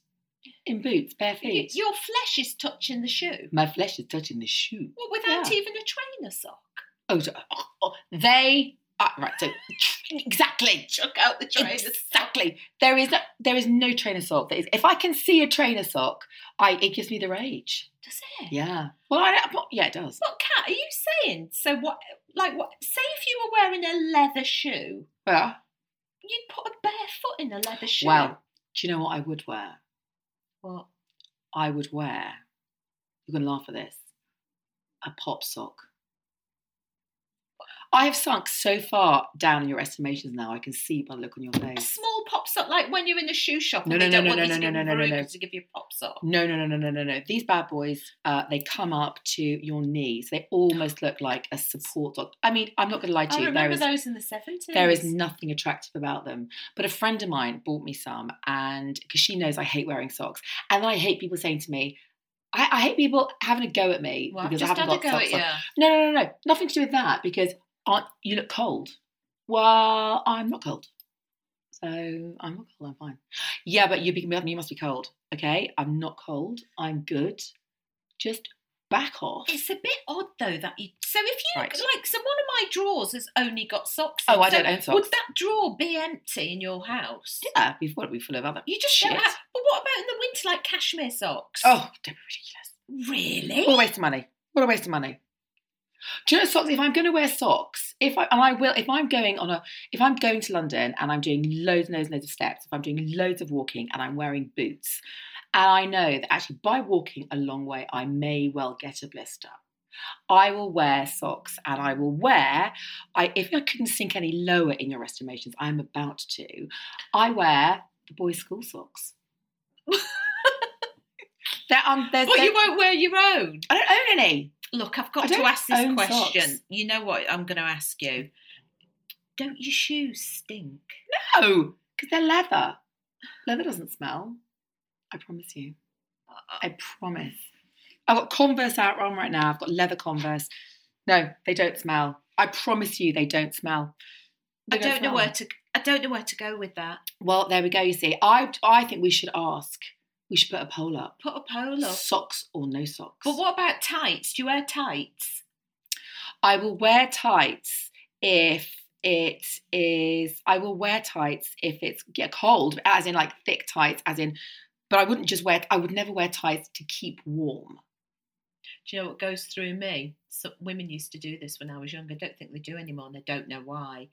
[SPEAKER 1] In boots, bare
[SPEAKER 2] Y-
[SPEAKER 1] feet.
[SPEAKER 2] Your flesh is touching the shoe.
[SPEAKER 1] My flesh is touching the shoe.
[SPEAKER 2] What? Without
[SPEAKER 1] Yeah.
[SPEAKER 2] even a trainer sock.
[SPEAKER 1] Oh, so- oh, oh, they. ah, right, so exactly.
[SPEAKER 2] Chuck out the trainer. sock.
[SPEAKER 1] Exactly. There is no, there is no trainer sock that is. If I can see a trainer sock, I it gives me the rage.
[SPEAKER 2] Does it?
[SPEAKER 1] Yeah. Well, I, don't- yeah, it does.
[SPEAKER 2] What cat are you saying? So what? Like what? Say if you were wearing a leather shoe,
[SPEAKER 1] Well,
[SPEAKER 2] you'd put a bare foot in a leather shoe.
[SPEAKER 1] well, do you know what I would wear?
[SPEAKER 2] What?
[SPEAKER 1] I would wear. You're gonna laugh at this. A pop sock. I have sunk so far down in your estimations now. I can see by the look on your
[SPEAKER 2] A
[SPEAKER 1] face.
[SPEAKER 2] small pops up, like when you're in the shoe shop and
[SPEAKER 1] No,
[SPEAKER 2] they
[SPEAKER 1] no,
[SPEAKER 2] don't
[SPEAKER 1] no,
[SPEAKER 2] want
[SPEAKER 1] no,
[SPEAKER 2] you
[SPEAKER 1] no, no,
[SPEAKER 2] to give
[SPEAKER 1] no,
[SPEAKER 2] them
[SPEAKER 1] no, no,
[SPEAKER 2] room
[SPEAKER 1] no.
[SPEAKER 2] to give you pops up.
[SPEAKER 1] No, no, no, no, no, no, no. These bad boys, uh, they come up to your knees. They almost look like a support dog. I mean, I'm not going to lie to
[SPEAKER 2] I
[SPEAKER 1] you. There
[SPEAKER 2] remember
[SPEAKER 1] is,
[SPEAKER 2] those in the 70s.
[SPEAKER 1] there is nothing attractive about them. But a friend of mine bought me some, and because she knows I hate wearing socks, and I hate people saying to me, I, I hate people having a go at me
[SPEAKER 2] Well, I've
[SPEAKER 1] because I
[SPEAKER 2] just
[SPEAKER 1] haven't
[SPEAKER 2] had
[SPEAKER 1] got
[SPEAKER 2] a go
[SPEAKER 1] socks
[SPEAKER 2] at you.
[SPEAKER 1] on. No, no, no, no. Nothing to do with that because aren't you look cold? Well, I'm not cold. So I'm not cold. I'm fine. Yeah, but you, be, you must be cold. Okay, I'm not cold. I'm good. Just back off.
[SPEAKER 2] It's a bit odd though that you. So if you
[SPEAKER 1] Right.
[SPEAKER 2] like, so one of my drawers has only got socks.
[SPEAKER 1] Oh,
[SPEAKER 2] in.
[SPEAKER 1] I
[SPEAKER 2] So
[SPEAKER 1] don't own socks.
[SPEAKER 2] Would that drawer be empty in your house?
[SPEAKER 1] Yeah, we've got to be full of other.
[SPEAKER 2] You just
[SPEAKER 1] Shit.
[SPEAKER 2] don't have. But what about in the winter, like cashmere socks?
[SPEAKER 1] Oh, don't be ridiculous.
[SPEAKER 2] really?
[SPEAKER 1] What a waste of money. What a waste of money. Do you know socks? If I'm going to wear socks, if I and I will, if I'm going on a, if I'm going to London and I'm doing loads and loads and loads of steps, if I'm doing loads of walking and I'm wearing boots, and I know that actually by walking a long way, I may well get a blister. I will wear socks and I will wear, I, if I couldn't sink any lower in your estimations, I'm about to, I wear the boys' school socks. They're, um, there's,
[SPEAKER 2] But
[SPEAKER 1] there-
[SPEAKER 2] you won't wear your own.
[SPEAKER 1] I don't own any.
[SPEAKER 2] Look, I've
[SPEAKER 1] I
[SPEAKER 2] got to
[SPEAKER 1] don't
[SPEAKER 2] ask this
[SPEAKER 1] own
[SPEAKER 2] question.
[SPEAKER 1] socks.
[SPEAKER 2] You know what I'm going to ask you? Don't your shoes stink?
[SPEAKER 1] No, because they're leather. Leather doesn't smell. I promise you. I promise. I've got Converse out on right now. I've got leather Converse. No, they don't smell. I promise you, they don't smell. They
[SPEAKER 2] I don't know
[SPEAKER 1] smell.
[SPEAKER 2] where to. I don't know where to go with that.
[SPEAKER 1] Well, there we go. You see, I I think we should ask. We should put a poll up.
[SPEAKER 2] Put a poll up.
[SPEAKER 1] Socks or no socks?
[SPEAKER 2] But what about tights? Do you wear tights?
[SPEAKER 1] I will wear tights if it is. I will wear tights if it's get cold, as in like thick tights, as in. But I wouldn't just wear. I would never wear tights to keep warm.
[SPEAKER 2] Do you know what goes through me? So women used to do this when I was younger. I don't think they do anymore, and I don't know why.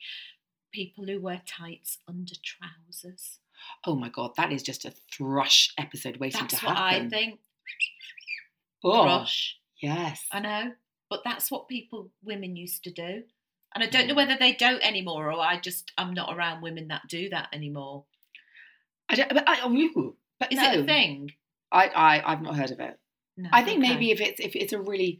[SPEAKER 2] People who wear tights under trousers.
[SPEAKER 1] Oh my god, that is just a thrush episode waiting
[SPEAKER 2] That's
[SPEAKER 1] to
[SPEAKER 2] what
[SPEAKER 1] happen.
[SPEAKER 2] I think.
[SPEAKER 1] Oh,
[SPEAKER 2] Rush.
[SPEAKER 1] yes.
[SPEAKER 2] I know, but that's what people, women used to do. And I
[SPEAKER 1] Hmm.
[SPEAKER 2] don't know whether they don't anymore, or I just I'm not around women that do that anymore.
[SPEAKER 1] I don't, but I, oh, ooh, but
[SPEAKER 2] Is
[SPEAKER 1] no,
[SPEAKER 2] it a thing?
[SPEAKER 1] I, I I've not heard of it.
[SPEAKER 2] No.
[SPEAKER 1] I think
[SPEAKER 2] okay.
[SPEAKER 1] maybe if it's if it's a really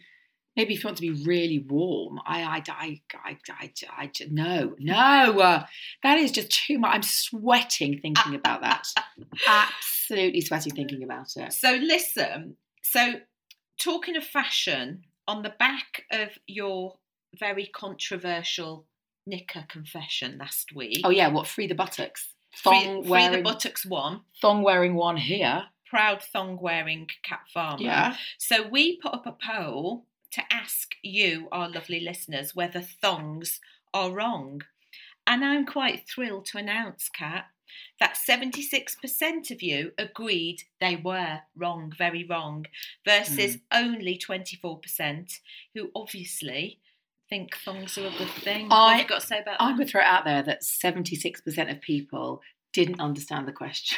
[SPEAKER 1] maybe if you want to be really warm, I I I I, I, I j- no no uh, that is just too much. I'm sweating thinking about that. Absolutely sweating thinking about it.
[SPEAKER 2] So listen. So talking of fashion, on the back of your very controversial knicker confession last week.
[SPEAKER 1] Oh yeah, what free the buttocks?
[SPEAKER 2] free,
[SPEAKER 1] Thong
[SPEAKER 2] free
[SPEAKER 1] wearing
[SPEAKER 2] the buttocks one.
[SPEAKER 1] thong wearing one here.
[SPEAKER 2] Proud thong wearing cat farmer.
[SPEAKER 1] Yeah.
[SPEAKER 2] So we put up a poll to ask you, our lovely listeners, whether thongs are wrong. And I'm quite thrilled to announce, Kat, that 76% of you agreed they were wrong, very wrong,
[SPEAKER 1] Hmm.
[SPEAKER 2] versus only 24% who obviously think thongs are a good thing. what
[SPEAKER 1] I-
[SPEAKER 2] have you got to say about
[SPEAKER 1] I'm
[SPEAKER 2] that?
[SPEAKER 1] going to throw it out there that 76% of people didn't understand the question.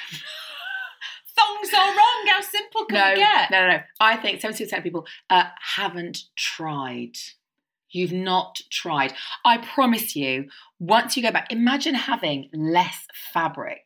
[SPEAKER 2] Thongs are wrong, how simple can
[SPEAKER 1] no,
[SPEAKER 2] we get? Uh,
[SPEAKER 1] no, no, no. I think 70% of people uh, haven't tried. You've not tried. I promise you, once you go back, imagine having less fabric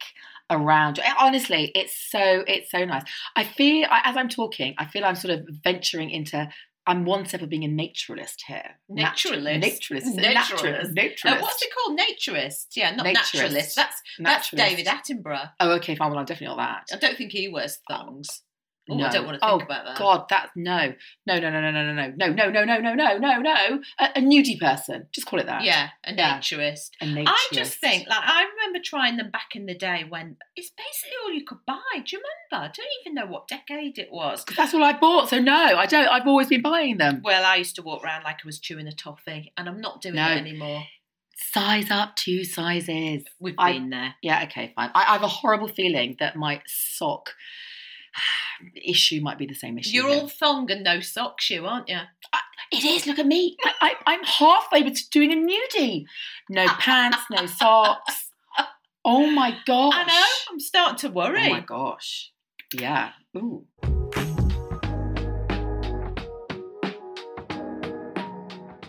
[SPEAKER 1] around you. Honestly, it's so it's so nice. I feel I, as I'm talking, I feel I'm sort of venturing into I'm one step of being a naturalist here. Nat-
[SPEAKER 2] Naturalist?
[SPEAKER 1] naturalist.
[SPEAKER 2] Naturalist.
[SPEAKER 1] Naturalist.
[SPEAKER 2] Uh,
[SPEAKER 1] Naturalist.
[SPEAKER 2] what's it called? Naturist. Yeah, not
[SPEAKER 1] Naturist.
[SPEAKER 2] naturalist. That's that's
[SPEAKER 1] Naturalist.
[SPEAKER 2] David Attenborough.
[SPEAKER 1] Oh, okay, fine. Well, I'm definitely not
[SPEAKER 2] I
[SPEAKER 1] that.
[SPEAKER 2] don't think he wears thongs. Oh,
[SPEAKER 1] No.
[SPEAKER 2] I don't want to think
[SPEAKER 1] Oh,
[SPEAKER 2] about that.
[SPEAKER 1] God, that's no, no, no, no, no, no, no, no, no, no, no, no, no, no, no. A, a nudie person, just call it that.
[SPEAKER 2] Yeah, a
[SPEAKER 1] Yeah.
[SPEAKER 2] naturist.
[SPEAKER 1] A
[SPEAKER 2] I just
[SPEAKER 1] naturist.
[SPEAKER 2] think, like, I remember trying them back in the day when it's basically all you could buy. Do you remember? I don't even know what decade it was.
[SPEAKER 1] 'Cause that's all I bought. So no, I don't. I've always been buying them.
[SPEAKER 2] Well, I used to walk around like I was chewing a toffee, and I'm not doing
[SPEAKER 1] No.
[SPEAKER 2] it anymore.
[SPEAKER 1] Size up two sizes.
[SPEAKER 2] We've
[SPEAKER 1] I-
[SPEAKER 2] been there.
[SPEAKER 1] Yeah, okay, fine. I, I have a horrible feeling that my sock issue might be the same issue.
[SPEAKER 2] You're
[SPEAKER 1] here.
[SPEAKER 2] all thong and no sock shoe, aren't you?
[SPEAKER 1] It is. Look at me. I, I, I'm halfway to doing a nudie. No pants, no socks. Oh my gosh.
[SPEAKER 2] I know. I'm starting to worry.
[SPEAKER 1] Oh my gosh. Yeah. Ooh.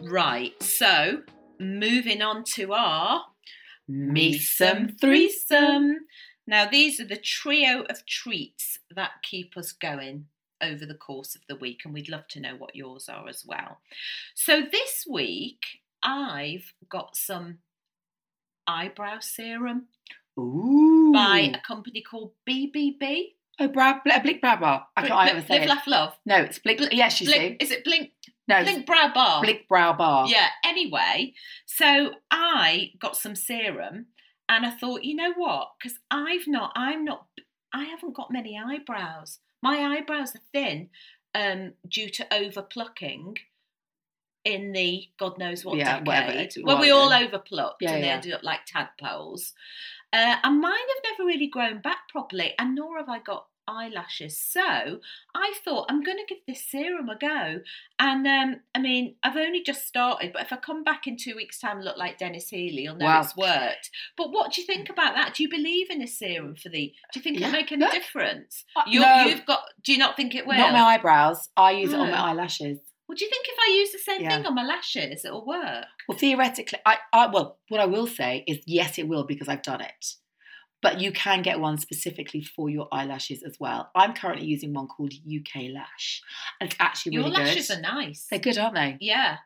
[SPEAKER 2] Right. So moving on to our
[SPEAKER 1] Me
[SPEAKER 2] Mesome
[SPEAKER 1] some
[SPEAKER 2] Threesome. Now, these are the trio of treats that keep us going over the course of the week, and we'd love to know what yours are as well. So, this week I've got some eyebrow serum
[SPEAKER 1] Ooh.
[SPEAKER 2] by a company called BBB.
[SPEAKER 1] Oh, bra, bl- blick bra bar. I can't
[SPEAKER 2] Blink-
[SPEAKER 1] ever say
[SPEAKER 2] Live,
[SPEAKER 1] it.
[SPEAKER 2] laugh, love.
[SPEAKER 1] No, it's blick. Yes, you see.
[SPEAKER 2] Blink, is it Blink?
[SPEAKER 1] No, it's
[SPEAKER 2] Blink Brow Bar.
[SPEAKER 1] blick brow bar.
[SPEAKER 2] Yeah, anyway, so I got some serum and I thought, you know what? Because I've not, I'm not, I haven't got many eyebrows. My eyebrows are thin um, due to over plucking in the God knows what
[SPEAKER 1] Yeah,
[SPEAKER 2] decade.
[SPEAKER 1] whatever it
[SPEAKER 2] when we
[SPEAKER 1] was
[SPEAKER 2] all
[SPEAKER 1] then.
[SPEAKER 2] over plucked
[SPEAKER 1] Yeah,
[SPEAKER 2] and they
[SPEAKER 1] yeah.
[SPEAKER 2] ended up like tadpoles. Uh, and mine have never really grown back properly, and nor have I got eyelashes. So I thought I'm going to give this serum a go. And um, I mean, I've only just started, but if I come back in two weeks' time, and look like Dennis Healy, I'll know
[SPEAKER 1] Wow.
[SPEAKER 2] it's worked. But what do you think about that? Do you believe in a serum for the? Do you think
[SPEAKER 1] Yeah.
[SPEAKER 2] it'll make any
[SPEAKER 1] No.
[SPEAKER 2] difference?
[SPEAKER 1] Uh,
[SPEAKER 2] you
[SPEAKER 1] no.
[SPEAKER 2] You've got. Do you not think it will?
[SPEAKER 1] Not my eyebrows. I use it on
[SPEAKER 2] No.
[SPEAKER 1] my eyelashes.
[SPEAKER 2] Well, do you think if I use the same
[SPEAKER 1] Yeah.
[SPEAKER 2] thing on my lashes, it'll work?
[SPEAKER 1] Well, theoretically, I, I well, what I will say is yes, it will because I've done it. But you can get one specifically for your eyelashes as well. I'm currently using one called UK Lash, and it's actually
[SPEAKER 2] Your
[SPEAKER 1] really
[SPEAKER 2] lashes
[SPEAKER 1] good.
[SPEAKER 2] are nice.
[SPEAKER 1] They're good, aren't they?
[SPEAKER 2] Yeah,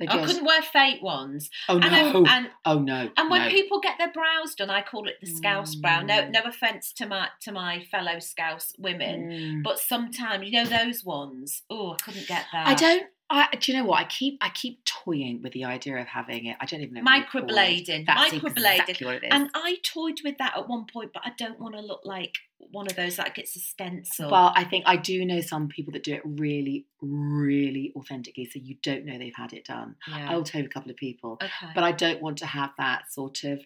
[SPEAKER 1] They're
[SPEAKER 2] I
[SPEAKER 1] good.
[SPEAKER 2] couldn't wear fake ones.
[SPEAKER 1] Oh
[SPEAKER 2] And, I-
[SPEAKER 1] no!
[SPEAKER 2] and
[SPEAKER 1] oh no!
[SPEAKER 2] And when
[SPEAKER 1] no.
[SPEAKER 2] people get their brows done, I call it the scouse brow. No,
[SPEAKER 1] Mm.
[SPEAKER 2] no offense to my to my fellow scouse women,
[SPEAKER 1] Mm.
[SPEAKER 2] but sometimes you know those ones. Oh, I couldn't get that.
[SPEAKER 1] I don't. I do you know what? I keep I keep toying with the idea of having it. I don't even know. what you call it.
[SPEAKER 2] microblading,
[SPEAKER 1] That's
[SPEAKER 2] microblading.
[SPEAKER 1] exactly what it is.
[SPEAKER 2] And I toyed with that at one point, but I don't want to look like one of those that gets a stencil.
[SPEAKER 1] Well, I think I do know some people that do it really, really authentically, so you don't know they've had it done.
[SPEAKER 2] yeah.
[SPEAKER 1] I'll tell a couple of people,
[SPEAKER 2] okay.
[SPEAKER 1] oh, but I don't want to have that sort of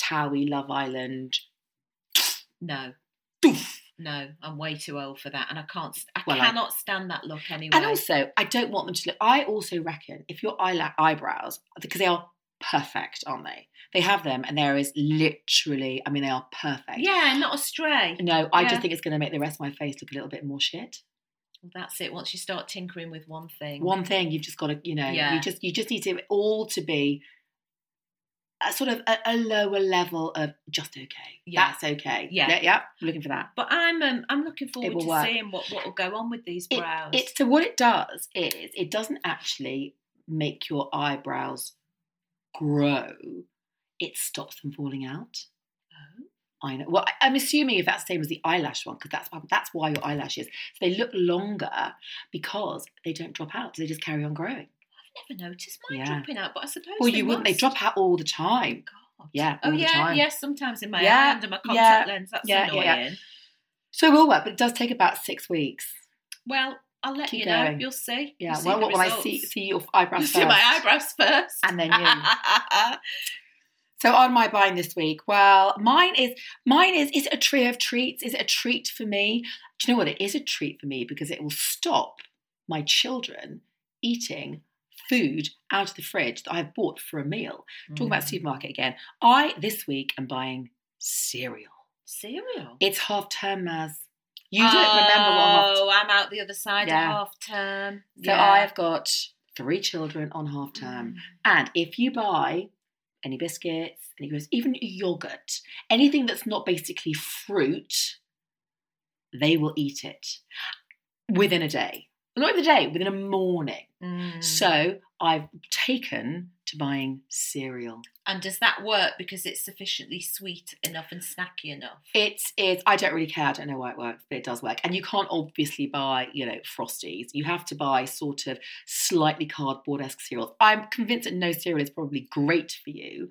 [SPEAKER 1] Towie Love Island.
[SPEAKER 2] no,
[SPEAKER 1] doof.
[SPEAKER 2] no, I'm way too old for that, and I can't. st- I
[SPEAKER 1] Well, I-
[SPEAKER 2] cannot stand that look anyway.
[SPEAKER 1] And also, I don't want them to look. I also reckon if your eyela- eyebrows, because they are perfect, aren't they? They have them, and there is literally, I mean, they are perfect.
[SPEAKER 2] yeah, not a stray.
[SPEAKER 1] No, I
[SPEAKER 2] Yeah.
[SPEAKER 1] just think it's going to make the rest of my face look a little bit more shit.
[SPEAKER 2] Well, that's it. Once you start tinkering with one thing,
[SPEAKER 1] one thing you've just got to you know
[SPEAKER 2] Yeah.
[SPEAKER 1] you just you just need to all to be a sort of a, a lower level of just okay
[SPEAKER 2] Yeah.
[SPEAKER 1] that's okay
[SPEAKER 2] Yeah.
[SPEAKER 1] yeah, yeah. looking for that
[SPEAKER 2] But I'm um, I'm looking forward
[SPEAKER 1] will
[SPEAKER 2] to
[SPEAKER 1] work.
[SPEAKER 2] seeing what what will go on with these
[SPEAKER 1] It-
[SPEAKER 2] brows.
[SPEAKER 1] it's so what it does is it doesn't actually make your eyebrows grow it stops them falling out
[SPEAKER 2] Oh,
[SPEAKER 1] I know. Well, I- I'm assuming if that's the same as the eyelash one, because that's why, that's why your eyelashes so they look longer because they don't drop out; so they just carry on growing.
[SPEAKER 2] I've never noticed mine
[SPEAKER 1] Yeah.
[SPEAKER 2] dropping out, but I suppose.
[SPEAKER 1] Well,
[SPEAKER 2] they
[SPEAKER 1] you wouldn't; they
[SPEAKER 2] must.
[SPEAKER 1] drop out all the time.
[SPEAKER 2] God.
[SPEAKER 1] Yeah,
[SPEAKER 2] Oh
[SPEAKER 1] all the
[SPEAKER 2] yeah,
[SPEAKER 1] time.
[SPEAKER 2] yeah. Sometimes in my
[SPEAKER 1] Yeah,
[SPEAKER 2] eye under my
[SPEAKER 1] yeah,
[SPEAKER 2] contact lens. That's
[SPEAKER 1] yeah,
[SPEAKER 2] annoying.
[SPEAKER 1] yeah, yeah. So it will work, but it does take about six weeks.
[SPEAKER 2] Well, I'll let
[SPEAKER 1] Keep
[SPEAKER 2] you know.
[SPEAKER 1] going.
[SPEAKER 2] You'll see.
[SPEAKER 1] Yeah.
[SPEAKER 2] You'll see
[SPEAKER 1] well,
[SPEAKER 2] the
[SPEAKER 1] what when I
[SPEAKER 2] results.
[SPEAKER 1] see see your eyebrows
[SPEAKER 2] You'll
[SPEAKER 1] first.
[SPEAKER 2] see my eyebrows first,
[SPEAKER 1] And then
[SPEAKER 2] you.
[SPEAKER 1] So on my buying this week, well, mine is mine is is it a trio of treats? Is it a treat for me? Do you know what? It is a treat for me because it will stop my children eating food out of the fridge that I've bought for a meal. Talking
[SPEAKER 2] Mm.
[SPEAKER 1] about supermarket again. I this week am buying cereal.
[SPEAKER 2] cereal.
[SPEAKER 1] It's half term, Maz. You don't remember what half
[SPEAKER 2] Oh, I'm out the other side
[SPEAKER 1] Yeah.
[SPEAKER 2] of half term.
[SPEAKER 1] So I've got three children on half term.
[SPEAKER 2] Mm.
[SPEAKER 1] And if you buy any biscuits, any crisps, even yogurt, anything that's not basically fruit, they will eat it within a day. Not even a day, within a morning.
[SPEAKER 2] Mm.
[SPEAKER 1] So I've taken to buying cereal.
[SPEAKER 2] and does that work because it's sufficiently sweet enough and snacky enough?
[SPEAKER 1] It is, I don't really care, I don't know why it works, but it does work. And you can't obviously buy, you know, Frosties. You have to buy sort of slightly cardboard esque cereals. I'm convinced that no cereal is probably great for you,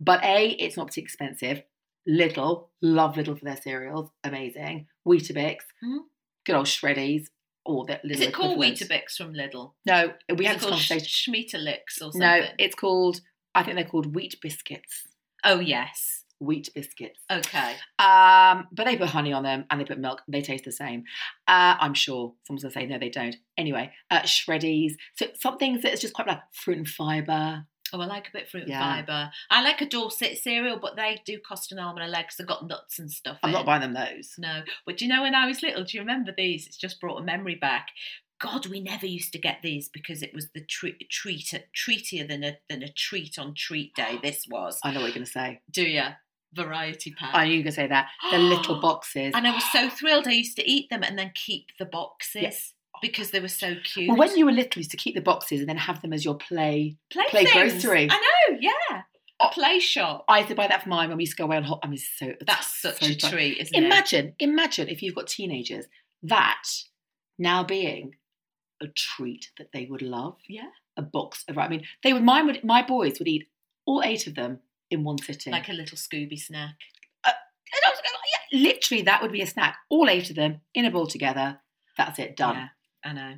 [SPEAKER 1] but A, it's not too expensive. Little, love Little for their cereals, amazing. Weetabix,
[SPEAKER 2] Mm.
[SPEAKER 1] good old Shreddies, or that
[SPEAKER 2] Is
[SPEAKER 1] little.
[SPEAKER 2] it called
[SPEAKER 1] equivalent.
[SPEAKER 2] Weetabix from Lidl?
[SPEAKER 1] No, we had this
[SPEAKER 2] Is it called
[SPEAKER 1] conversation.
[SPEAKER 2] Sch- Schmeatalix or something.
[SPEAKER 1] no, it's called, I think they're called wheat biscuits.
[SPEAKER 2] Oh yes.
[SPEAKER 1] Wheat biscuits.
[SPEAKER 2] Okay.
[SPEAKER 1] Um, but they put honey on them and they put milk. They taste the same. Uh, I'm sure someone's gonna say no, they don't. Anyway, uh, shreddies. So some things that is just quite like fruit and fibre.
[SPEAKER 2] Oh, I like a bit of fruit and
[SPEAKER 1] Yeah.
[SPEAKER 2] fibre. I like a Dorset cereal, but they do cost an arm and a leg because they've got nuts and stuff.
[SPEAKER 1] I'm
[SPEAKER 2] in.
[SPEAKER 1] not buying them those.
[SPEAKER 2] No, but do you know when I was little? Do you remember these? It's just brought a memory back. God, we never used to get these because it was the tre- treat treatier than a than a treat on treat day. This was,
[SPEAKER 1] I know what you're going to say.
[SPEAKER 2] do you? Variety pack.
[SPEAKER 1] I knew you were going to say that. The little boxes.
[SPEAKER 2] and Mm. I was so thrilled. I used to eat them and then keep the boxes because they were so cute.
[SPEAKER 1] Well, when you were little, you used to keep the boxes and then have them as your play.
[SPEAKER 2] play,
[SPEAKER 1] play
[SPEAKER 2] things.
[SPEAKER 1] grocery. Oh.
[SPEAKER 2] I know, yeah, a play shop.
[SPEAKER 1] I used to buy that for mine when we used to go away on hot. I mean, so
[SPEAKER 2] That's such
[SPEAKER 1] so
[SPEAKER 2] a
[SPEAKER 1] fun.
[SPEAKER 2] treat, isn't it?
[SPEAKER 1] Imagine, imagine if you've got teenagers that now being a treat that they would love.
[SPEAKER 2] Yeah.
[SPEAKER 1] A box of. I mean, they would. Mine would. My boys would eat all eight of them in one sitting.
[SPEAKER 2] Like a little Scooby snack.
[SPEAKER 1] And I was like, oh, yeah, literally, that would be a snack. All eight of them in a bowl together. That's it. Done.
[SPEAKER 2] Yeah, I know.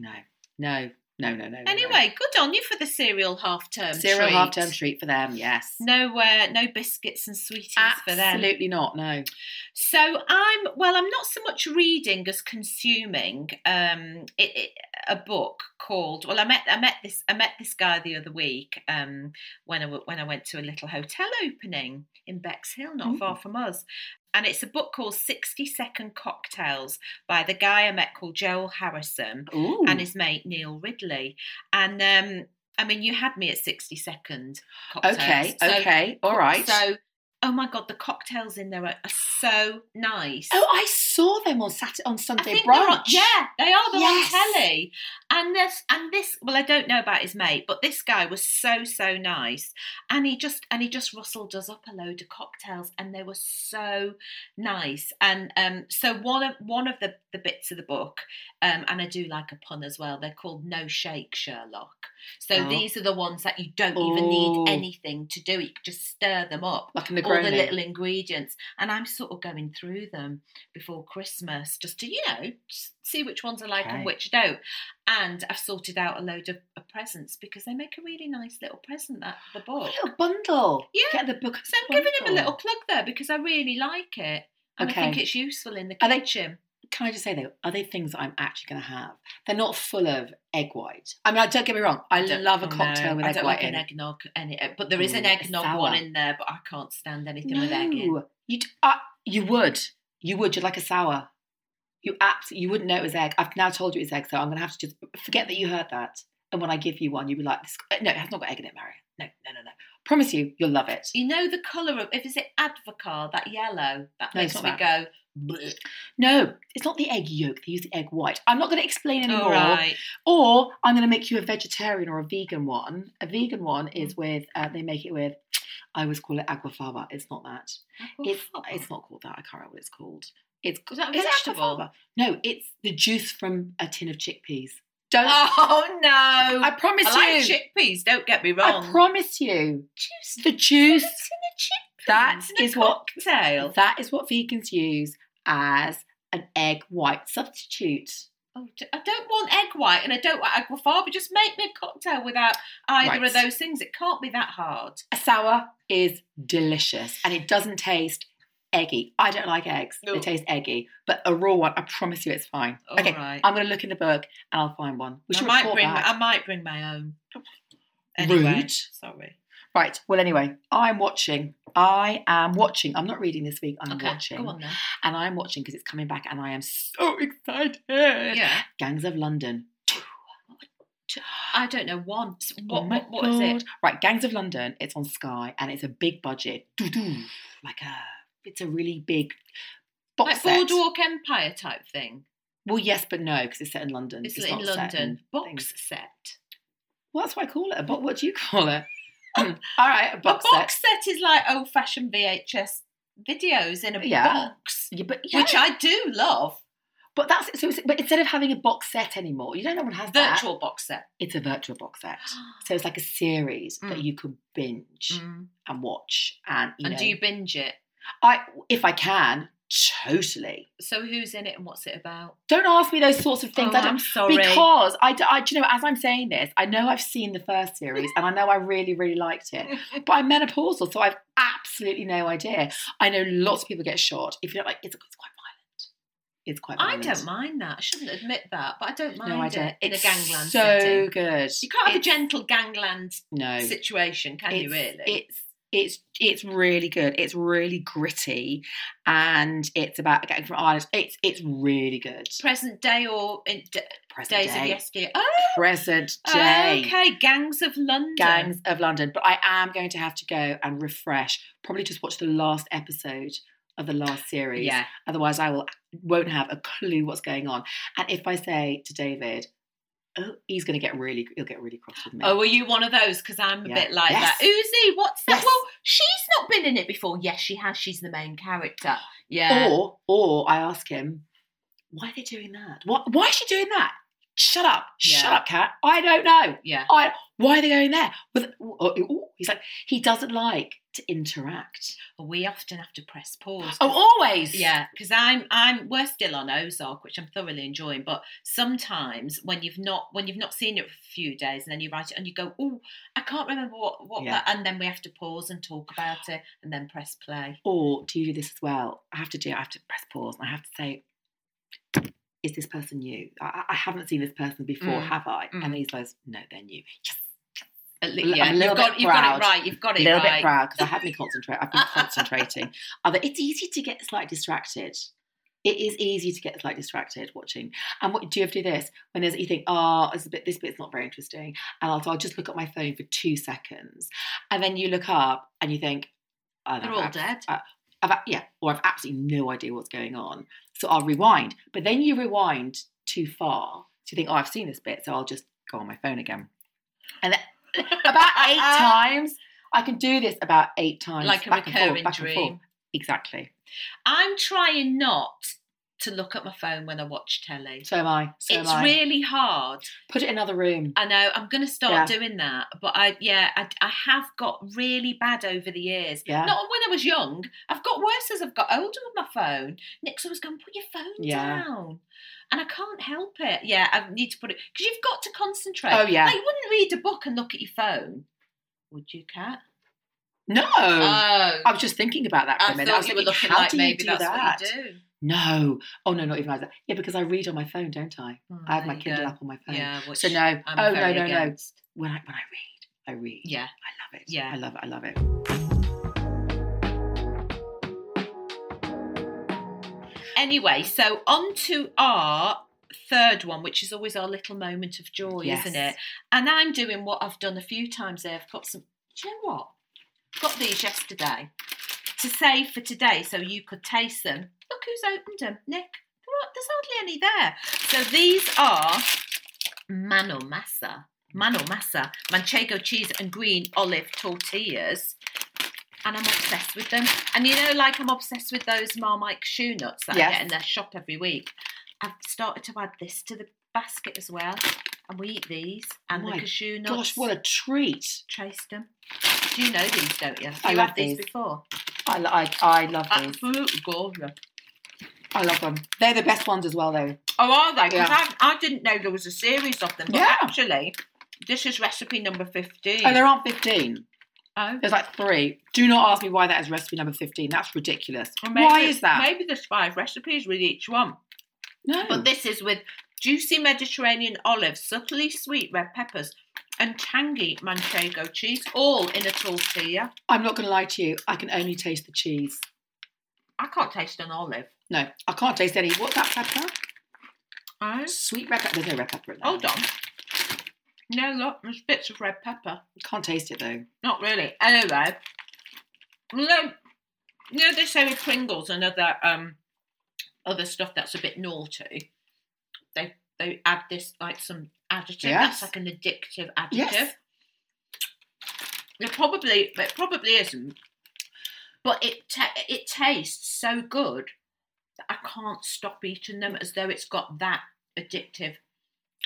[SPEAKER 1] No. No. No. No. No. no, no.
[SPEAKER 2] Anyway, good on you for the cereal half term.
[SPEAKER 1] cereal half term treat for them. Yes.
[SPEAKER 2] No, uh, no biscuits and sweeties for them.
[SPEAKER 1] Absolutely not. No.
[SPEAKER 2] So I'm well. I'm not so much reading as consuming um, it, it, a book called. Well, I met I met this I met this guy the other week um, when I w- when I went to a little hotel opening in Bexhill, not
[SPEAKER 1] Ooh.
[SPEAKER 2] far from us. And it's a book called 60 Second Cocktails by the guy I met called Joel Harrison
[SPEAKER 1] Ooh.
[SPEAKER 2] and his mate Neil Ridley. And um, I mean, you had me at 60 Second Cocktails.
[SPEAKER 1] okay.
[SPEAKER 2] So-
[SPEAKER 1] okay. All right.
[SPEAKER 2] so, oh my god, the cocktails in there are, are so nice.
[SPEAKER 1] oh, I saw them on Saturday on
[SPEAKER 2] I
[SPEAKER 1] Sunday
[SPEAKER 2] think they're
[SPEAKER 1] brunch.
[SPEAKER 2] on, yeah, they are. They're
[SPEAKER 1] Yes.
[SPEAKER 2] on telly, and this and this. Well, I don't know about his mate, but this guy was so so nice, and he just and he just rustled us up a load of cocktails, and they were so nice. And um, so one of one of the the bits of the book, um, and I do like a pun as well. They're called No Shake Sherlock. So
[SPEAKER 1] Oh.
[SPEAKER 2] these are the ones that you don't even need
[SPEAKER 1] Oh.
[SPEAKER 2] anything to do. You can just stir them up
[SPEAKER 1] Like a
[SPEAKER 2] all
[SPEAKER 1] Negroni.
[SPEAKER 2] the little ingredients and i'm sort of going through them before christmas just to you know just see which ones i like
[SPEAKER 1] Okay.
[SPEAKER 2] and which I don't and i've sorted out a load of, of presents because they make a really nice little present that the
[SPEAKER 1] Oh,
[SPEAKER 2] book
[SPEAKER 1] a little bundle.
[SPEAKER 2] Yeah.
[SPEAKER 1] Get the book.
[SPEAKER 2] so i'm giving him a little plug there because i really like it and i think
[SPEAKER 1] Okay.
[SPEAKER 2] it's useful in the
[SPEAKER 1] Are they-
[SPEAKER 2] kitchen
[SPEAKER 1] Can I just say though, are they things that I'm actually going to have? They're not full of egg white. I mean, I don't get me wrong. I,
[SPEAKER 2] don't-
[SPEAKER 1] love a
[SPEAKER 2] oh, no,
[SPEAKER 1] cocktail with
[SPEAKER 2] I
[SPEAKER 1] egg
[SPEAKER 2] don't
[SPEAKER 1] white
[SPEAKER 2] like
[SPEAKER 1] in.
[SPEAKER 2] an eggnog, any, uh, but there is an
[SPEAKER 1] Mm, it's
[SPEAKER 2] eggnog one
[SPEAKER 1] sour.
[SPEAKER 2] in there. But I can't stand anything
[SPEAKER 1] no,
[SPEAKER 2] with egg in.
[SPEAKER 1] you uh, you would, you would. You'd like a sour. You absolutely you wouldn't know it was egg. I've now told you it's egg, so I'm gonna have to just forget that you heard that. And when I give you one, you'll be like, "This uh, no, it has not got egg in it, Marion. No, no, no, no. Promise you, you'll love it.
[SPEAKER 2] You know the colour of if is it advocar that yellow that
[SPEAKER 1] No,
[SPEAKER 2] makes
[SPEAKER 1] it's
[SPEAKER 2] me
[SPEAKER 1] not
[SPEAKER 2] go. "Bleh."
[SPEAKER 1] No, it's not the egg yolk. They use the egg white. I'm not gonna explain
[SPEAKER 2] All
[SPEAKER 1] anymore.
[SPEAKER 2] right.
[SPEAKER 1] Or I'm gonna make you a vegetarian or a vegan one. A vegan one is
[SPEAKER 2] Mm.
[SPEAKER 1] with uh, they make it with. I always call it aquafaba. It's not that. It's it's not called that. I can't remember what it's called. It's
[SPEAKER 2] Is that a
[SPEAKER 1] Is it
[SPEAKER 2] vegetable?
[SPEAKER 1] aquafaba? No, it's the juice from a tin of chickpeas. Don't.
[SPEAKER 2] Oh no!
[SPEAKER 1] I
[SPEAKER 2] I,
[SPEAKER 1] promise
[SPEAKER 2] like
[SPEAKER 1] you.
[SPEAKER 2] chickpeas. Don't get me wrong.
[SPEAKER 1] I promise you.
[SPEAKER 2] Juice
[SPEAKER 1] The juice.
[SPEAKER 2] chickpeas.
[SPEAKER 1] That
[SPEAKER 2] in a
[SPEAKER 1] is what.
[SPEAKER 2] cocktail.
[SPEAKER 1] That is what vegans use as an egg white substitute.
[SPEAKER 2] Oh, d- I don't want egg white and I don't want aquafaba. Just make me a cocktail without either
[SPEAKER 1] Right.
[SPEAKER 2] of those things. It can't be that hard.
[SPEAKER 1] A sour is delicious and it doesn't taste eggy. I don't like eggs. They
[SPEAKER 2] No.
[SPEAKER 1] taste eggy, but a raw one, I promise you, it's fine.
[SPEAKER 2] All
[SPEAKER 1] okay,
[SPEAKER 2] right.
[SPEAKER 1] I'm going to look in the book and I'll find one. We
[SPEAKER 2] I
[SPEAKER 1] should
[SPEAKER 2] might
[SPEAKER 1] report
[SPEAKER 2] bring.
[SPEAKER 1] back.
[SPEAKER 2] I might bring my own. Anyway,
[SPEAKER 1] Rude.
[SPEAKER 2] sorry.
[SPEAKER 1] Right. Well, anyway, I'm watching. I am watching. I'm not reading this week. I'm
[SPEAKER 2] okay,
[SPEAKER 1] watching.
[SPEAKER 2] go on then.
[SPEAKER 1] And I'm watching because it's coming back and I am so excited. Yeah.
[SPEAKER 2] Yeah,
[SPEAKER 1] Gangs of London.
[SPEAKER 2] I don't know. Once, what?
[SPEAKER 1] Oh my
[SPEAKER 2] what, what is it?
[SPEAKER 1] God. Right. Gangs of London. It's on Sky and it's a big budget. Doo-doo. Like a, it's a really big box set.
[SPEAKER 2] Like Boardwalk Empire type thing.
[SPEAKER 1] Well, yes, but no, because it's set in London.
[SPEAKER 2] It's,
[SPEAKER 1] It's
[SPEAKER 2] in
[SPEAKER 1] not set
[SPEAKER 2] London. Box
[SPEAKER 1] things.
[SPEAKER 2] set.
[SPEAKER 1] Well, that's what I call it. A bo- what do you call it? All right. A box,
[SPEAKER 2] a box set. is like old fashioned VHS videos in a
[SPEAKER 1] Yeah.
[SPEAKER 2] box,
[SPEAKER 1] set. Yeah, but yeah.
[SPEAKER 2] which I do love.
[SPEAKER 1] but that's so. It's, but instead of having a box set anymore, you don't know what has that.
[SPEAKER 2] Virtual box set.
[SPEAKER 1] it's a virtual box set. So it's like a series that
[SPEAKER 2] Mm.
[SPEAKER 1] you can binge
[SPEAKER 2] Mm.
[SPEAKER 1] and watch. And, you
[SPEAKER 2] And
[SPEAKER 1] know,
[SPEAKER 2] do you binge it?
[SPEAKER 1] I, if I can, totally.
[SPEAKER 2] So who's in it and what's it about?
[SPEAKER 1] Don't ask me those sorts of things.
[SPEAKER 2] Oh,
[SPEAKER 1] I don't,
[SPEAKER 2] I'm sorry.
[SPEAKER 1] Because I, d- I- do you know, as I'm saying this, I know I've seen the first series and I know I really, really liked it. But I'm menopausal, so I've absolutely no idea. I know lots of people get shot. If you don't like, it's, it's quite violent. It's quite
[SPEAKER 2] I
[SPEAKER 1] violent.
[SPEAKER 2] don't mind that. I shouldn't admit that, but I don't mind
[SPEAKER 1] No, I don't.
[SPEAKER 2] it in
[SPEAKER 1] it's
[SPEAKER 2] a gangland
[SPEAKER 1] so
[SPEAKER 2] setting.
[SPEAKER 1] good.
[SPEAKER 2] You can't
[SPEAKER 1] It's-
[SPEAKER 2] have a gentle gangland
[SPEAKER 1] no.
[SPEAKER 2] situation, can you? Really?
[SPEAKER 1] It's It's it's really good. It's really gritty, and it's about getting from Ireland. It's it's really good.
[SPEAKER 2] Present day or in d-
[SPEAKER 1] Present
[SPEAKER 2] days
[SPEAKER 1] day.
[SPEAKER 2] of yesterday? Oh,
[SPEAKER 1] Present day.
[SPEAKER 2] okay. Gangs of London.
[SPEAKER 1] Gangs of London. But I am going to have to go and refresh. Probably just watch the last episode of the last series.
[SPEAKER 2] Yeah.
[SPEAKER 1] Otherwise, I will won't have a clue what's going on. And if I say to David, "Oh, he's going to get really, he'll get really cross with me."
[SPEAKER 2] Oh, were you one of those? Because I'm a
[SPEAKER 1] Yeah.
[SPEAKER 2] bit like
[SPEAKER 1] Yes.
[SPEAKER 2] that. Uzi, what's that?
[SPEAKER 1] Yes.
[SPEAKER 2] Well, she's not been in it before. Yes, she has. She's the main character. Yeah.
[SPEAKER 1] Or, or I ask him, "Why are they doing that? Why, why is she doing that?" Shut up! Shut
[SPEAKER 2] Yeah.
[SPEAKER 1] up, cat! I don't know.
[SPEAKER 2] yeah.
[SPEAKER 1] I. Why are they going there? With, oh, oh, he's like he doesn't like to interact.
[SPEAKER 2] We often have to press pause.
[SPEAKER 1] Oh, always.
[SPEAKER 2] Yeah, because I'm I'm we're still on Ozark, which I'm thoroughly enjoying. But sometimes when you've not when you've not seen it for a few days, and then you write it and you go, oh, I can't remember what what
[SPEAKER 1] Yeah.
[SPEAKER 2] that, and then we have to pause and talk about it, and then press play.
[SPEAKER 1] Or do you do this as well? I have to do. I have to press pause and I have to say, "Is this person you? I, I haven't seen this person before,
[SPEAKER 2] Mm.
[SPEAKER 1] have I?"
[SPEAKER 2] Mm.
[SPEAKER 1] And he's like, "No, they're new." Yes.
[SPEAKER 2] At
[SPEAKER 1] I'm
[SPEAKER 2] least
[SPEAKER 1] a
[SPEAKER 2] yeah,
[SPEAKER 1] little
[SPEAKER 2] you've got
[SPEAKER 1] bit
[SPEAKER 2] you've got
[SPEAKER 1] proud.
[SPEAKER 2] it right. You've got
[SPEAKER 1] A
[SPEAKER 2] it
[SPEAKER 1] little
[SPEAKER 2] right.
[SPEAKER 1] bit proud because I haven't been concentrating. I've been concentrating. Other, it's easy to get slightly distracted. It is easy to get slightly distracted watching. And what do you ever do this when there's you think, oh, this bit this bit's not very interesting, and I'll, so I'll just look at my phone for two seconds, and then you look up and you think, oh,
[SPEAKER 2] They're
[SPEAKER 1] I've
[SPEAKER 2] all
[SPEAKER 1] abs-
[SPEAKER 2] dead.
[SPEAKER 1] I've, a- yeah, or I've absolutely no idea what's going on, so I'll rewind. But then you rewind too far, so you think, oh, I've seen this bit, so I'll just go on my phone again, and then about eight times. I can do this about eight times,
[SPEAKER 2] Ah. Like a
[SPEAKER 1] back and forth,
[SPEAKER 2] recurring
[SPEAKER 1] back and forth.
[SPEAKER 2] dream.
[SPEAKER 1] Exactly.
[SPEAKER 2] I'm trying not to look at my phone when I watch telly.
[SPEAKER 1] So am I. So
[SPEAKER 2] it's
[SPEAKER 1] am I.
[SPEAKER 2] really hard.
[SPEAKER 1] Put it in another room.
[SPEAKER 2] I know I'm going to start doing that, but I yeah I, I have got really bad over the years.
[SPEAKER 1] Yeah.
[SPEAKER 2] Not when I was young. I've got worse as I've got older with my phone. Nick's always going, put your phone
[SPEAKER 1] Yeah.
[SPEAKER 2] down, and I can't help it. Yeah, I need to put it because you've got to concentrate.
[SPEAKER 1] Oh, yeah.
[SPEAKER 2] like, you wouldn't read a book and look at your phone, would you, Kat?
[SPEAKER 1] No.
[SPEAKER 2] oh,
[SPEAKER 1] I was just thinking about that for
[SPEAKER 2] I
[SPEAKER 1] a minute. I
[SPEAKER 2] thought
[SPEAKER 1] was
[SPEAKER 2] you were
[SPEAKER 1] thinking,
[SPEAKER 2] looking
[SPEAKER 1] how
[SPEAKER 2] like
[SPEAKER 1] do you
[SPEAKER 2] maybe
[SPEAKER 1] do
[SPEAKER 2] that's
[SPEAKER 1] that?
[SPEAKER 2] what you do.
[SPEAKER 1] No. Oh no, not even like that. Yeah, because I read on my phone, don't I?
[SPEAKER 2] Oh,
[SPEAKER 1] I have
[SPEAKER 2] there
[SPEAKER 1] my
[SPEAKER 2] you
[SPEAKER 1] Kindle
[SPEAKER 2] go.
[SPEAKER 1] up on my phone.
[SPEAKER 2] Yeah, which
[SPEAKER 1] So no.
[SPEAKER 2] I'm
[SPEAKER 1] oh no,
[SPEAKER 2] very
[SPEAKER 1] no, no.
[SPEAKER 2] against.
[SPEAKER 1] When I when I read, I read.
[SPEAKER 2] Yeah.
[SPEAKER 1] I love it.
[SPEAKER 2] Yeah.
[SPEAKER 1] I love it. I love it.
[SPEAKER 2] Anyway, so on to our third one, which is always our little moment of joy,
[SPEAKER 1] Yes.
[SPEAKER 2] isn't it? And I'm doing what I've done a few times there. I've got some, do you know what? Got these yesterday to save for today so you could taste them. Look who's opened them, Nick. There aren't- There's hardly any there. So these are Mano Massa. Mano Massa, Manchego cheese and green olive tortillas. And I'm obsessed with them. And you know, like I'm obsessed with those Marmite shoe nuts that I
[SPEAKER 1] Yes.
[SPEAKER 2] get in their shop every week. I've started to add this to the basket as well. And we eat these and
[SPEAKER 1] My
[SPEAKER 2] the cashew nuts.
[SPEAKER 1] Gosh, what a treat!
[SPEAKER 2] Taste them. Do you know these, don't you? Have
[SPEAKER 1] I
[SPEAKER 2] you
[SPEAKER 1] love
[SPEAKER 2] had these
[SPEAKER 1] these.
[SPEAKER 2] before?
[SPEAKER 1] I, lo- I, I love
[SPEAKER 2] Uh,
[SPEAKER 1] these.
[SPEAKER 2] Absolutely gorgeous.
[SPEAKER 1] I love them. They're the best ones as well, though.
[SPEAKER 2] Oh, are they? Because
[SPEAKER 1] Yeah.
[SPEAKER 2] I, I didn't know there was a series of them. But
[SPEAKER 1] Yeah.
[SPEAKER 2] actually, this is recipe number 15.
[SPEAKER 1] And there aren't fifteen.
[SPEAKER 2] Oh.
[SPEAKER 1] There's like three. Do not ask me why that is recipe number 15. That's ridiculous.
[SPEAKER 2] Or
[SPEAKER 1] why is that?
[SPEAKER 2] Maybe there's five recipes with each one.
[SPEAKER 1] no.
[SPEAKER 2] But this is with juicy Mediterranean olives, subtly sweet red peppers, and tangy manchego cheese, all in a tortilla.
[SPEAKER 1] I'm not going to lie to you. I can only taste the cheese.
[SPEAKER 2] I can't taste an olive.
[SPEAKER 1] No, I can't taste any. What's that pepper?
[SPEAKER 2] Oh,
[SPEAKER 1] Sweet red pepper. There's no red pepper in there.
[SPEAKER 2] hold on. No, look, there's bits of red pepper.
[SPEAKER 1] Can't taste it though.
[SPEAKER 2] Not really. Anyway, you know, you know they say with Pringles and other um other stuff that's a bit naughty. They they add this like some additive.
[SPEAKER 1] Yes.
[SPEAKER 2] That's like an addictive additive.
[SPEAKER 1] Yes.
[SPEAKER 2] It probably it probably isn't, but it ta- it tastes so good that I can't stop eating them as though it's got that addictive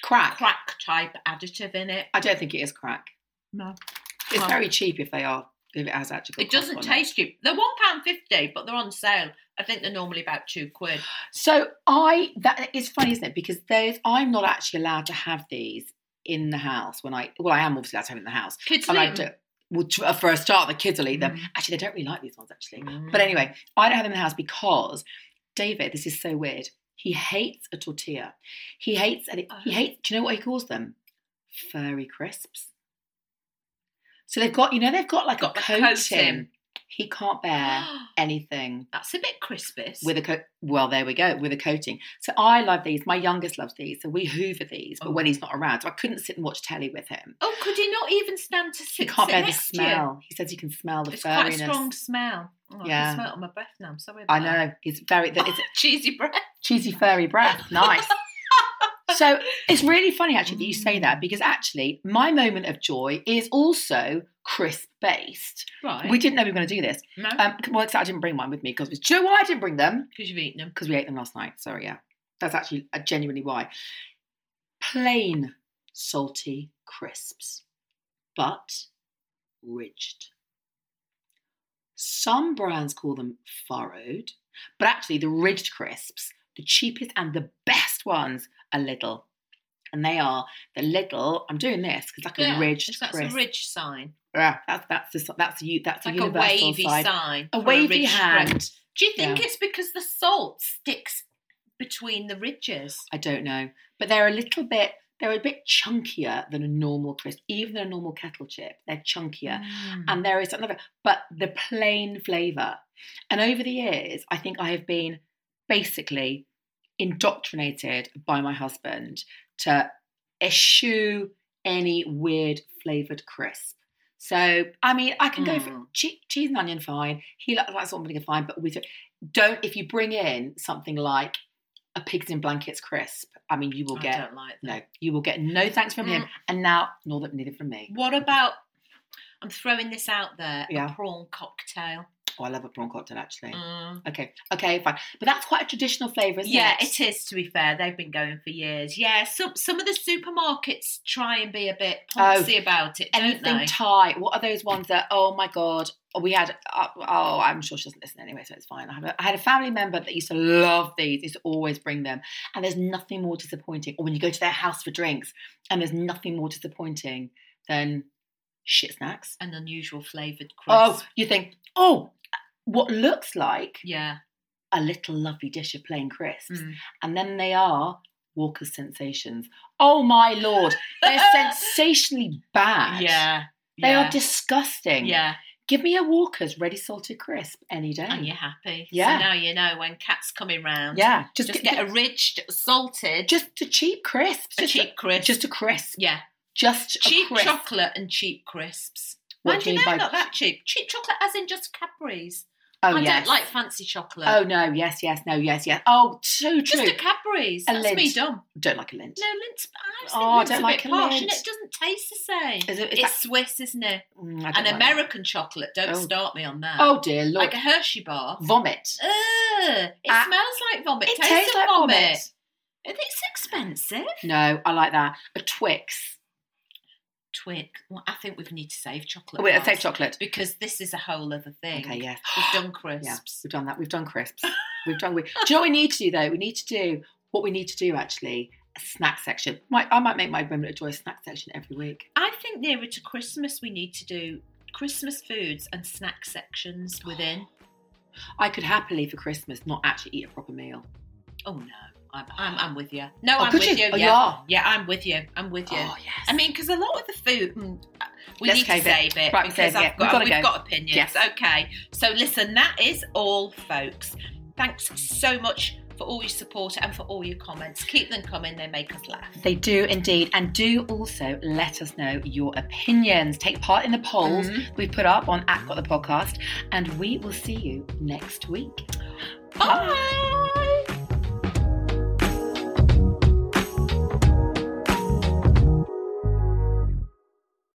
[SPEAKER 1] Crack.
[SPEAKER 2] crack type additive in it.
[SPEAKER 1] I don't think it is crack.
[SPEAKER 2] No.
[SPEAKER 1] It's
[SPEAKER 2] Well-
[SPEAKER 1] very cheap if they are. If it has actually.
[SPEAKER 2] It
[SPEAKER 1] got
[SPEAKER 2] doesn't
[SPEAKER 1] crack on it.
[SPEAKER 2] taste cheap. They're one pound fifty, but they're on sale. I think they're normally about two quid.
[SPEAKER 1] So I that is funny, isn't it? Because those I'm not actually allowed to have these in the house when I well I am obviously allowed to have it in the house.
[SPEAKER 2] Kids
[SPEAKER 1] And I
[SPEAKER 2] eat 'em.
[SPEAKER 1] don't- well, t- uh, for a start, the kids will eat them.
[SPEAKER 2] Mm.
[SPEAKER 1] Actually, they don't really like these ones, actually.
[SPEAKER 2] Mm.
[SPEAKER 1] But anyway, I don't have them in the house because David, this is so weird. He hates a tortilla. He hates, and he
[SPEAKER 2] Oh.
[SPEAKER 1] hates, do you know what he calls them? Furry crisps. So they've got, you know, they've got like
[SPEAKER 2] Got
[SPEAKER 1] a
[SPEAKER 2] the
[SPEAKER 1] coating.
[SPEAKER 2] coating.
[SPEAKER 1] He can't bear anything
[SPEAKER 2] That's a bit crispus.
[SPEAKER 1] with a coat. Well, there we go with a coating. So I love these. My youngest loves these. So we hoover these, but
[SPEAKER 2] Oh.
[SPEAKER 1] when he's not around, so I couldn't sit and watch telly with him.
[SPEAKER 2] oh, could he not even stand to
[SPEAKER 1] He
[SPEAKER 2] sit,
[SPEAKER 1] can't
[SPEAKER 2] sit
[SPEAKER 1] bear the
[SPEAKER 2] next to you?
[SPEAKER 1] smell. He says he can smell the
[SPEAKER 2] It's quite a
[SPEAKER 1] furriness.
[SPEAKER 2] strong smell. Oh, I
[SPEAKER 1] Yeah.
[SPEAKER 2] can smell it on my breath now. I'm sorry. About
[SPEAKER 1] I know. It's very.
[SPEAKER 2] That.
[SPEAKER 1] It's
[SPEAKER 2] cheesy breath.
[SPEAKER 1] cheesy furry breath. Nice. so it's really funny actually that you say
[SPEAKER 2] Mm.
[SPEAKER 1] that because actually my moment of joy is also crisp based.
[SPEAKER 2] Right.
[SPEAKER 1] We didn't know we were going to do this.
[SPEAKER 2] no,
[SPEAKER 1] Um, well, except I didn't bring mine with me because do you know why I didn't bring them?
[SPEAKER 2] because uh, you've eaten them.
[SPEAKER 1] Because we ate them last night. Sorry, yeah, that's actually uh, genuinely why. Plain salty crisps, but ridged. Some brands call them furrowed, but actually the ridged crisps, the cheapest and the best ones, are little. And they are the little. I'm doing this because like a ridged
[SPEAKER 2] That's
[SPEAKER 1] crisp.
[SPEAKER 2] a ridge sign.
[SPEAKER 1] Yeah, that's that's the, that's you that's
[SPEAKER 2] It's like
[SPEAKER 1] the
[SPEAKER 2] a
[SPEAKER 1] universal
[SPEAKER 2] wavy
[SPEAKER 1] side.
[SPEAKER 2] sign.
[SPEAKER 1] A
[SPEAKER 2] for
[SPEAKER 1] wavy
[SPEAKER 2] ridge
[SPEAKER 1] hand.
[SPEAKER 2] crisp. Do you think
[SPEAKER 1] Yeah.
[SPEAKER 2] it's because the salt sticks between the ridges?
[SPEAKER 1] I don't know, but they're a little bit they're a bit chunkier than a normal crisp, even than a normal kettle chip. They're chunkier,
[SPEAKER 2] Mm.
[SPEAKER 1] and there is another, but the plain flavour. And over the years, I think I have been basically indoctrinated by my husband to eschew any weird flavoured crisp. So I mean, I can go for
[SPEAKER 2] Mm.
[SPEAKER 1] che- cheese and onion, fine. He likes that sort of thing, fine. But we don't- don't. If you bring in something like a pigs in blankets crisp, I mean, you will
[SPEAKER 2] I
[SPEAKER 1] get
[SPEAKER 2] don't like that.
[SPEAKER 1] no. You will get no thanks from
[SPEAKER 2] Mm.
[SPEAKER 1] him, and now nor that neither from me.
[SPEAKER 2] What about? I'm throwing this out there.
[SPEAKER 1] Yeah.
[SPEAKER 2] A prawn cocktail.
[SPEAKER 1] Oh, I love a prawn cocktail actually.
[SPEAKER 2] Mm.
[SPEAKER 1] Okay, okay, fine. But that's quite a traditional flavour, isn't
[SPEAKER 2] Yeah,
[SPEAKER 1] it?
[SPEAKER 2] it is. To be fair, they've been going for years. Yeah, some some of the supermarkets try and be a bit poncy about it, don't
[SPEAKER 1] Oh. Anything
[SPEAKER 2] they?
[SPEAKER 1] Thai. What are those ones that? Oh my god, we had. Uh, oh, I'm sure she doesn't listen anyway, so it's fine. I, have a, I had a family member that used to love these. Used to always bring them, and there's nothing more disappointing. Or when you go to their house for drinks, and there's nothing more disappointing than shit snacks.
[SPEAKER 2] An unusual flavored crisp.
[SPEAKER 1] Oh, you think? Oh, what looks like
[SPEAKER 2] yeah.
[SPEAKER 1] a little lovely dish of plain crisps,
[SPEAKER 2] Mm.
[SPEAKER 1] and then they are Walker's sensations. Oh my lord, they're sensationally bad.
[SPEAKER 2] Yeah.
[SPEAKER 1] They
[SPEAKER 2] yeah.
[SPEAKER 1] are disgusting.
[SPEAKER 2] Yeah,
[SPEAKER 1] Give me a Walker's ready salted crisp any day.
[SPEAKER 2] and you're happy.
[SPEAKER 1] Yeah.
[SPEAKER 2] So now you know when cat's coming round.
[SPEAKER 1] Yeah,
[SPEAKER 2] Just, get a ridged, salted,
[SPEAKER 1] just a cheap crisp.
[SPEAKER 2] a
[SPEAKER 1] just
[SPEAKER 2] cheap
[SPEAKER 1] A,
[SPEAKER 2] crisp.
[SPEAKER 1] just a crisp.
[SPEAKER 2] yeah,
[SPEAKER 1] Just
[SPEAKER 2] cheap
[SPEAKER 1] a crisp.
[SPEAKER 2] chocolate and cheap crisps.
[SPEAKER 1] What
[SPEAKER 2] Mind
[SPEAKER 1] do
[SPEAKER 2] you,
[SPEAKER 1] you mean
[SPEAKER 2] they're
[SPEAKER 1] by-
[SPEAKER 2] not that cheap. Cheap chocolate, as in just Cadbury's.
[SPEAKER 1] Oh
[SPEAKER 2] I
[SPEAKER 1] yes.
[SPEAKER 2] don't like fancy chocolate.
[SPEAKER 1] oh no. Yes. Yes. No. Yes. Yes. Oh, so true.
[SPEAKER 2] just a Cadbury's.
[SPEAKER 1] A
[SPEAKER 2] That's
[SPEAKER 1] lint.
[SPEAKER 2] me dumb.
[SPEAKER 1] don't like a lint.
[SPEAKER 2] No, lint's. I just
[SPEAKER 1] Oh,
[SPEAKER 2] think
[SPEAKER 1] I
[SPEAKER 2] lint's
[SPEAKER 1] don't
[SPEAKER 2] a
[SPEAKER 1] like
[SPEAKER 2] bit
[SPEAKER 1] a
[SPEAKER 2] posh, and
[SPEAKER 1] lint.
[SPEAKER 2] it doesn't taste the same.
[SPEAKER 1] Is it- is
[SPEAKER 2] it's
[SPEAKER 1] that-
[SPEAKER 2] Swiss, isn't it?
[SPEAKER 1] Mm, I don't
[SPEAKER 2] An
[SPEAKER 1] like that.
[SPEAKER 2] American chocolate. Don't
[SPEAKER 1] Oh.
[SPEAKER 2] start me on that.
[SPEAKER 1] Oh dear lord.
[SPEAKER 2] like a Hershey bar.
[SPEAKER 1] Vomit.
[SPEAKER 2] Ugh, it
[SPEAKER 1] Ah.
[SPEAKER 2] smells like vomit.
[SPEAKER 1] It
[SPEAKER 2] tastes,
[SPEAKER 1] tastes
[SPEAKER 2] like
[SPEAKER 1] like
[SPEAKER 2] vomit.
[SPEAKER 1] vomit.
[SPEAKER 2] And It's expensive.
[SPEAKER 1] No, I like that. A Twix.
[SPEAKER 2] Twig. Well, I think we need to save chocolate.
[SPEAKER 1] Oh, wait, I
[SPEAKER 2] bars
[SPEAKER 1] say chocolate.
[SPEAKER 2] because this is a whole other thing.
[SPEAKER 1] Okay. Yes.
[SPEAKER 2] We've done
[SPEAKER 1] Yeah,
[SPEAKER 2] crisps.
[SPEAKER 1] we've done that. We've done crisps. We've done. We, do you know what we need to do though? We need to do what we need to do actually. A snack section. Might I might make my moment of joy snack section every week.
[SPEAKER 2] I think nearer to Christmas, we need to do Christmas foods and snack sections within.
[SPEAKER 1] I could happily for Christmas not actually eat a proper meal.
[SPEAKER 2] Oh no, I'm, I'm, I'm with you. No,
[SPEAKER 1] oh,
[SPEAKER 2] I'm
[SPEAKER 1] could
[SPEAKER 2] with you.
[SPEAKER 1] Oh,
[SPEAKER 2] yeah. Yeah, I'm with you. I'm with you.
[SPEAKER 1] Oh yes.
[SPEAKER 2] I mean, because a lot of the food, mm, we
[SPEAKER 1] Let's
[SPEAKER 2] need to
[SPEAKER 1] save it.
[SPEAKER 2] save it
[SPEAKER 1] Right,
[SPEAKER 2] because
[SPEAKER 1] save it.
[SPEAKER 2] I've got,
[SPEAKER 1] We've
[SPEAKER 2] we've,
[SPEAKER 1] gotta go.
[SPEAKER 2] got opinions.
[SPEAKER 1] Yes.
[SPEAKER 2] Okay. So listen, that is all, folks. Thanks so much for all your support and for all your comments. Keep them coming; they make us laugh.
[SPEAKER 1] They do indeed. And do also let us know your opinions. Take part in the polls
[SPEAKER 2] Mm-hmm.
[SPEAKER 1] we put up on at Got the Podcast. And we will see you next week.
[SPEAKER 2] Bye.